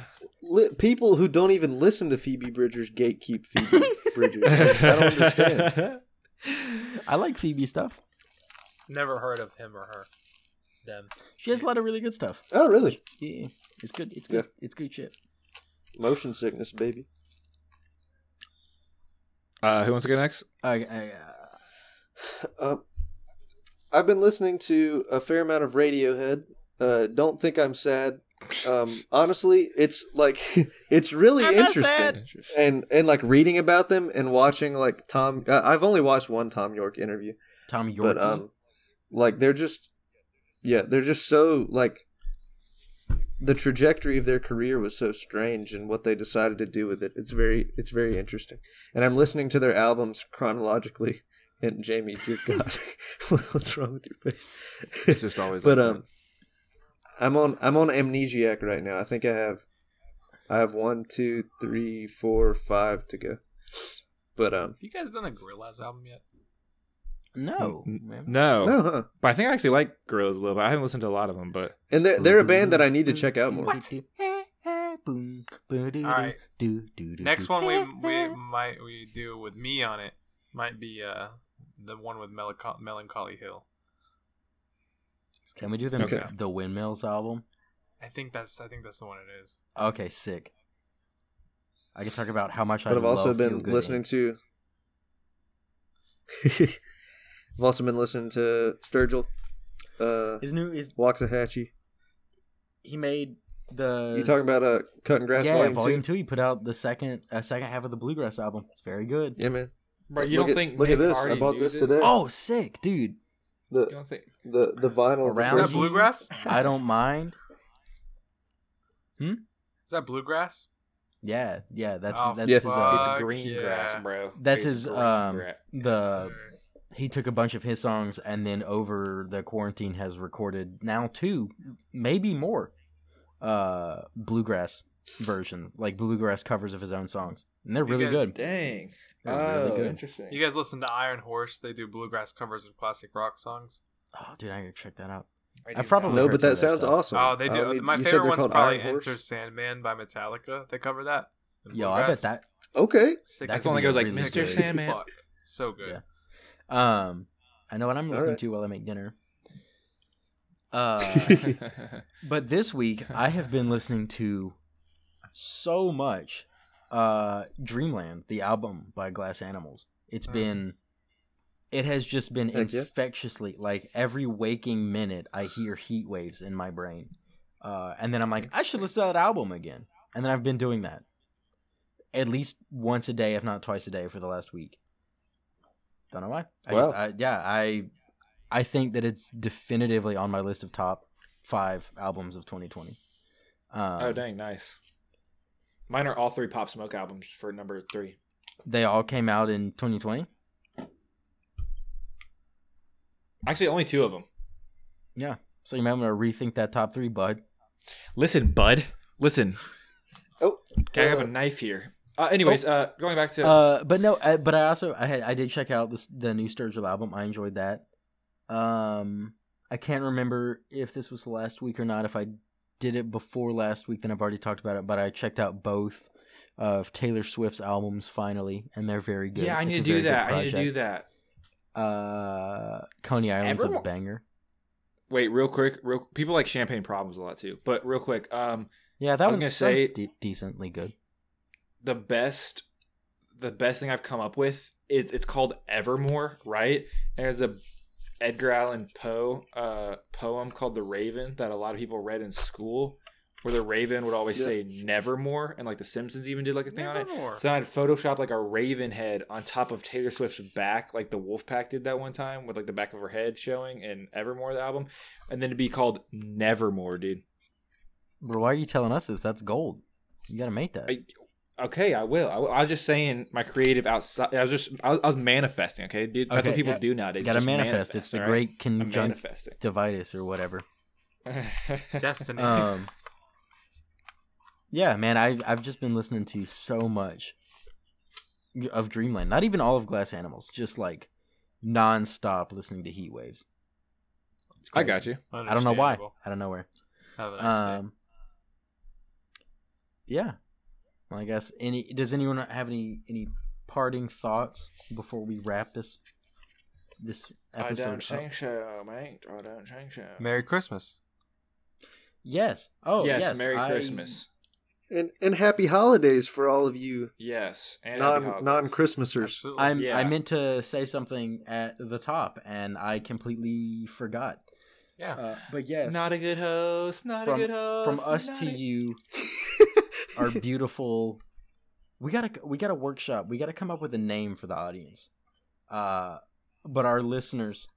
Speaker 2: Li- people who don't even listen to Phoebe Bridgers gatekeep Phoebe Bridgers. Like, *laughs* I
Speaker 3: *laughs*
Speaker 2: don't understand.
Speaker 1: *laughs* I like Phoebe stuff.
Speaker 4: Never heard of him or her. Them.
Speaker 1: She has a lot of really good stuff.
Speaker 2: Oh, really?
Speaker 1: Yeah, it's good. It's good. It's good shit.
Speaker 2: Motion sickness, baby.
Speaker 3: Uh, who wants to go next?
Speaker 1: Uh, uh,
Speaker 2: Uh, Um, I've been listening to a fair amount of Radiohead. Uh, don't think I'm sad. Um, honestly, it's like *laughs* it's really interesting, and and like reading about them and watching like Tom. Uh, I've only watched one Tom York interview,
Speaker 1: Tom York.
Speaker 2: but um, like they're just, yeah, they're just so like the trajectory of their career was so strange and what they decided to do with it. It's very it's very interesting, and I'm listening to their albums chronologically. And Jamie, dear God, *laughs* what's wrong with your face?
Speaker 6: It's just always.
Speaker 2: But,
Speaker 6: like
Speaker 2: um, I'm on I'm on Amnesiac right now. I think I have I have one, two, three, four, five to go. But um
Speaker 4: you guys done a Gorillaz album yet?
Speaker 1: Mm-hmm. no,
Speaker 3: N-
Speaker 1: man.
Speaker 6: Oh.
Speaker 3: No,
Speaker 2: no, huh.
Speaker 3: but I think I actually like Gorillaz a little bit. I haven't listened to a lot of them, but
Speaker 2: And they're they're a band that I need to check out more.
Speaker 4: What? Alright. Next one
Speaker 1: *laughs*
Speaker 4: we we might we do with me on it might be uh the one with Melancho- Melancholy Hill.
Speaker 1: Can we do the
Speaker 3: Okay.
Speaker 1: the windmills album?
Speaker 4: I think that's I think that's the one it is.
Speaker 1: Okay, sick. I could talk about how much I
Speaker 2: But I've also
Speaker 1: love
Speaker 2: been
Speaker 1: Feel Good eh?
Speaker 2: listening
Speaker 1: Inc.
Speaker 2: to *laughs* I've also been listening to Sturgill, uh
Speaker 1: His new is
Speaker 2: Waxahachie.
Speaker 1: he made the
Speaker 2: You talking about uh cutting grass
Speaker 1: yeah
Speaker 2: volume,
Speaker 1: volume
Speaker 2: two?
Speaker 1: two. He put out the second uh, second half of the bluegrass album. It's very good.
Speaker 2: Yeah man.
Speaker 3: bro, you
Speaker 2: look
Speaker 3: don't
Speaker 2: at,
Speaker 3: think
Speaker 2: look at
Speaker 3: Nick
Speaker 2: this. I
Speaker 3: Cardi
Speaker 2: bought
Speaker 3: knew
Speaker 2: this
Speaker 3: this?
Speaker 2: today.
Speaker 1: Oh, sick, dude!
Speaker 3: You
Speaker 2: The
Speaker 3: don't think
Speaker 2: the the vinyl of the
Speaker 1: Around
Speaker 4: Is
Speaker 2: first-
Speaker 4: that
Speaker 1: you.
Speaker 4: bluegrass?
Speaker 1: I
Speaker 2: *laughs*
Speaker 1: don't mind.
Speaker 4: Is that bluegrass?
Speaker 1: Yeah, yeah. That's
Speaker 4: Oh,
Speaker 1: that's
Speaker 2: Yes.
Speaker 1: his. Uh,
Speaker 4: fuck.
Speaker 3: it's green
Speaker 4: yeah.
Speaker 3: grass, bro?
Speaker 1: That's
Speaker 3: It's
Speaker 1: his,
Speaker 3: green
Speaker 1: um,
Speaker 3: grass.
Speaker 1: the
Speaker 4: Sir.
Speaker 1: he took a bunch of his songs and then over the quarantine has recorded now two, maybe more, uh, bluegrass versions, like bluegrass covers of his own songs, and they're
Speaker 4: You
Speaker 1: really
Speaker 4: guys-
Speaker 1: good.
Speaker 3: Dang.
Speaker 1: That was really
Speaker 3: Oh,
Speaker 1: good.
Speaker 3: interesting.
Speaker 4: You guys listen to Iron Horse? They do bluegrass covers of classic rock songs.
Speaker 1: Oh, dude, I gotta check that out.
Speaker 3: I
Speaker 1: I
Speaker 3: do
Speaker 1: probably
Speaker 3: not.
Speaker 2: No,
Speaker 1: heard
Speaker 2: but
Speaker 1: some
Speaker 2: that
Speaker 1: of their
Speaker 2: sounds
Speaker 1: stuff.
Speaker 2: awesome.
Speaker 4: Oh, they
Speaker 2: I
Speaker 1: uh,
Speaker 4: do.
Speaker 2: mean,
Speaker 4: My
Speaker 2: you said
Speaker 4: favorite
Speaker 2: they're
Speaker 4: one's
Speaker 2: called
Speaker 4: probably
Speaker 2: Iron Horse?
Speaker 4: Enter Sandman by Metallica. They cover that. The
Speaker 1: Yo, I bet
Speaker 4: bluegrass.
Speaker 1: that.
Speaker 2: Okay.
Speaker 4: Sick
Speaker 1: That
Speaker 4: as
Speaker 1: could
Speaker 3: one that
Speaker 4: fuck.
Speaker 3: goes like,
Speaker 1: really
Speaker 3: "Mr.
Speaker 1: good.
Speaker 3: Sandman."
Speaker 4: Fuck. So good.
Speaker 1: Yeah. Um, I know what I'm listening
Speaker 2: right.
Speaker 1: to while I make
Speaker 4: *laughs*
Speaker 1: dinner. Uh,
Speaker 3: *laughs*
Speaker 1: But this week, I have been listening to so much uh, Dreamland, the album by Glass Animals. It's
Speaker 4: Mm.
Speaker 1: been, it has just been
Speaker 2: Heck yeah.
Speaker 1: infectiously, like every waking minute, I hear heat waves in my brain. Uh, and then I'm like, I should listen to that album again. And then I've been doing that at least once a day, if not twice a day, for the last week. Don't know why. I
Speaker 2: Wow.
Speaker 1: just, I, yeah, I, I think that it's definitively on my list of top five albums of 2020. Um,
Speaker 3: oh, dang, nice. Mine are all three Pop Smoke albums for number three.
Speaker 1: They all came out in 2020.
Speaker 3: Actually, only two of them.
Speaker 1: So you might want to rethink that top three, bud.
Speaker 3: Listen, bud. Listen.
Speaker 2: Oh,
Speaker 3: Okay, I have
Speaker 2: uh,
Speaker 3: a knife here. Uh, anyways, uh, going back to
Speaker 1: Uh, but no, I, but I also I had, I did check out this the new Sturgill album. I enjoyed that. Um, I can't remember if this was last week or not. If I did it before last week, then I've already talked about it. But I checked out both of Taylor Swift's albums finally, and they're very good.
Speaker 3: yeah, I need
Speaker 1: It's
Speaker 3: to
Speaker 1: a
Speaker 3: do
Speaker 1: very good
Speaker 3: that. I need to do
Speaker 1: project.
Speaker 3: that.
Speaker 1: Uh, Coney Island's
Speaker 3: Evermore-
Speaker 1: a banger.
Speaker 3: Wait, real quick, real people like champagne problems a lot too. But real quick, um,
Speaker 1: Yeah, that
Speaker 3: I was
Speaker 1: one's-
Speaker 3: gonna
Speaker 1: that one's
Speaker 3: say-
Speaker 1: de- decently good.
Speaker 3: the best the best thing I've come up with is it's called Evermore, right? And there's a Edgar Allan Poe uh, poem called The Raven that a lot of people read in school, where the Raven would always
Speaker 2: Yeah.
Speaker 3: say Nevermore, and like The Simpsons even did like a thing on it.
Speaker 4: Nevermore.
Speaker 3: So then I'd Photoshop like a raven head on top of Taylor Swift's back, like the Wolfpack did that one time with like the back of her head showing in Evermore the album, and then it'd be called Nevermore, dude.
Speaker 1: But why are you telling us this? That's gold. You gotta make that.
Speaker 3: I, okay, I will. I, will. I was just saying my creative outside. I was just I was, I was manifesting. Okay, dude, that's
Speaker 1: Okay,
Speaker 3: what people
Speaker 1: yeah.
Speaker 3: do nowadays.
Speaker 1: gotta
Speaker 3: just
Speaker 1: manifest. It's the
Speaker 3: all right?
Speaker 1: great
Speaker 3: I'm
Speaker 1: conjunctivitis
Speaker 3: manifesting. *laughs*
Speaker 1: or whatever. *laughs*
Speaker 4: Destiny.
Speaker 1: um yeah man i've i've just been listening to so much of dreamland not even all of glass animals just like non-stop listening to heat waves
Speaker 3: I got you.
Speaker 1: i don't know why i don't know where
Speaker 4: Have a nice day.
Speaker 1: um yeah well, i guess any does anyone have any any parting thoughts before we wrap this this episode up?
Speaker 3: so, mate. I don't think so.
Speaker 4: Merry Christmas.
Speaker 1: yes oh
Speaker 3: yes,
Speaker 1: yes,
Speaker 3: Merry
Speaker 1: I-
Speaker 3: Christmas.
Speaker 2: And and happy holidays for all of you
Speaker 3: Yes, and happy
Speaker 2: non
Speaker 3: holidays.
Speaker 2: non Christmasers.
Speaker 4: Absolutely.
Speaker 1: I'm, I
Speaker 3: Yeah.
Speaker 1: meant to say something at the top and I completely forgot.
Speaker 4: Yeah.
Speaker 1: Uh, but yes,
Speaker 3: Not a good host. Not
Speaker 1: From-
Speaker 3: a good host.
Speaker 1: from us
Speaker 3: not
Speaker 1: to
Speaker 3: a-
Speaker 1: you, our beautiful. We gotta we gotta workshop. We gotta come up with a name for the audience. Uh, but our listeners,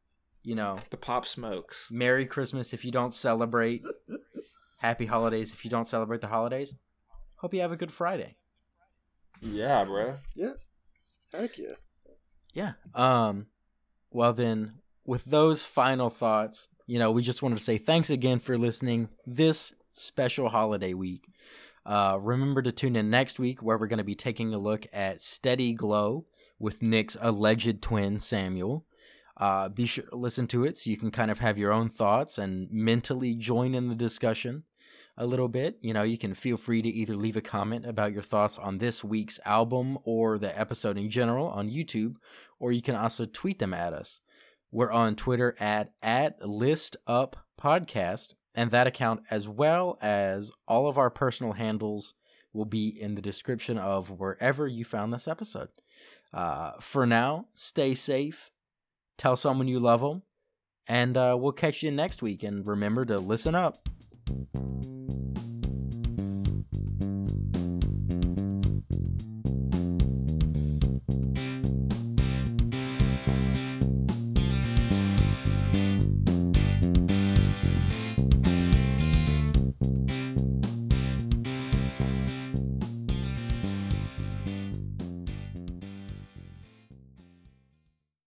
Speaker 1: you know,
Speaker 3: The pop smokes.
Speaker 1: Merry Christmas if you don't celebrate. Happy holidays if you don't celebrate the holidays. Hope you have a good Friday.
Speaker 3: Yeah, bro.
Speaker 2: Yeah. Heck yeah.
Speaker 1: Yeah. Um well then with those final thoughts, you know, we just wanted to say thanks again for listening this special holiday week. Uh remember to tune in next week where we're going to be taking a look at Steady Glow with Nick's alleged twin Samuel. Uh, be sure to listen to it so you can kind of have your own thoughts and mentally join in the discussion a little bit. You know, you can feel free to either leave a comment about your thoughts on this week's album or the episode in general on YouTube, or you can also tweet them at us. We're on Twitter at at list up podcast, and that account as well as all of our personal handles will be in the description of wherever you found this episode. Uh, for now, stay safe, tell someone you love them, and uh, we'll catch you next week. And remember to listen up.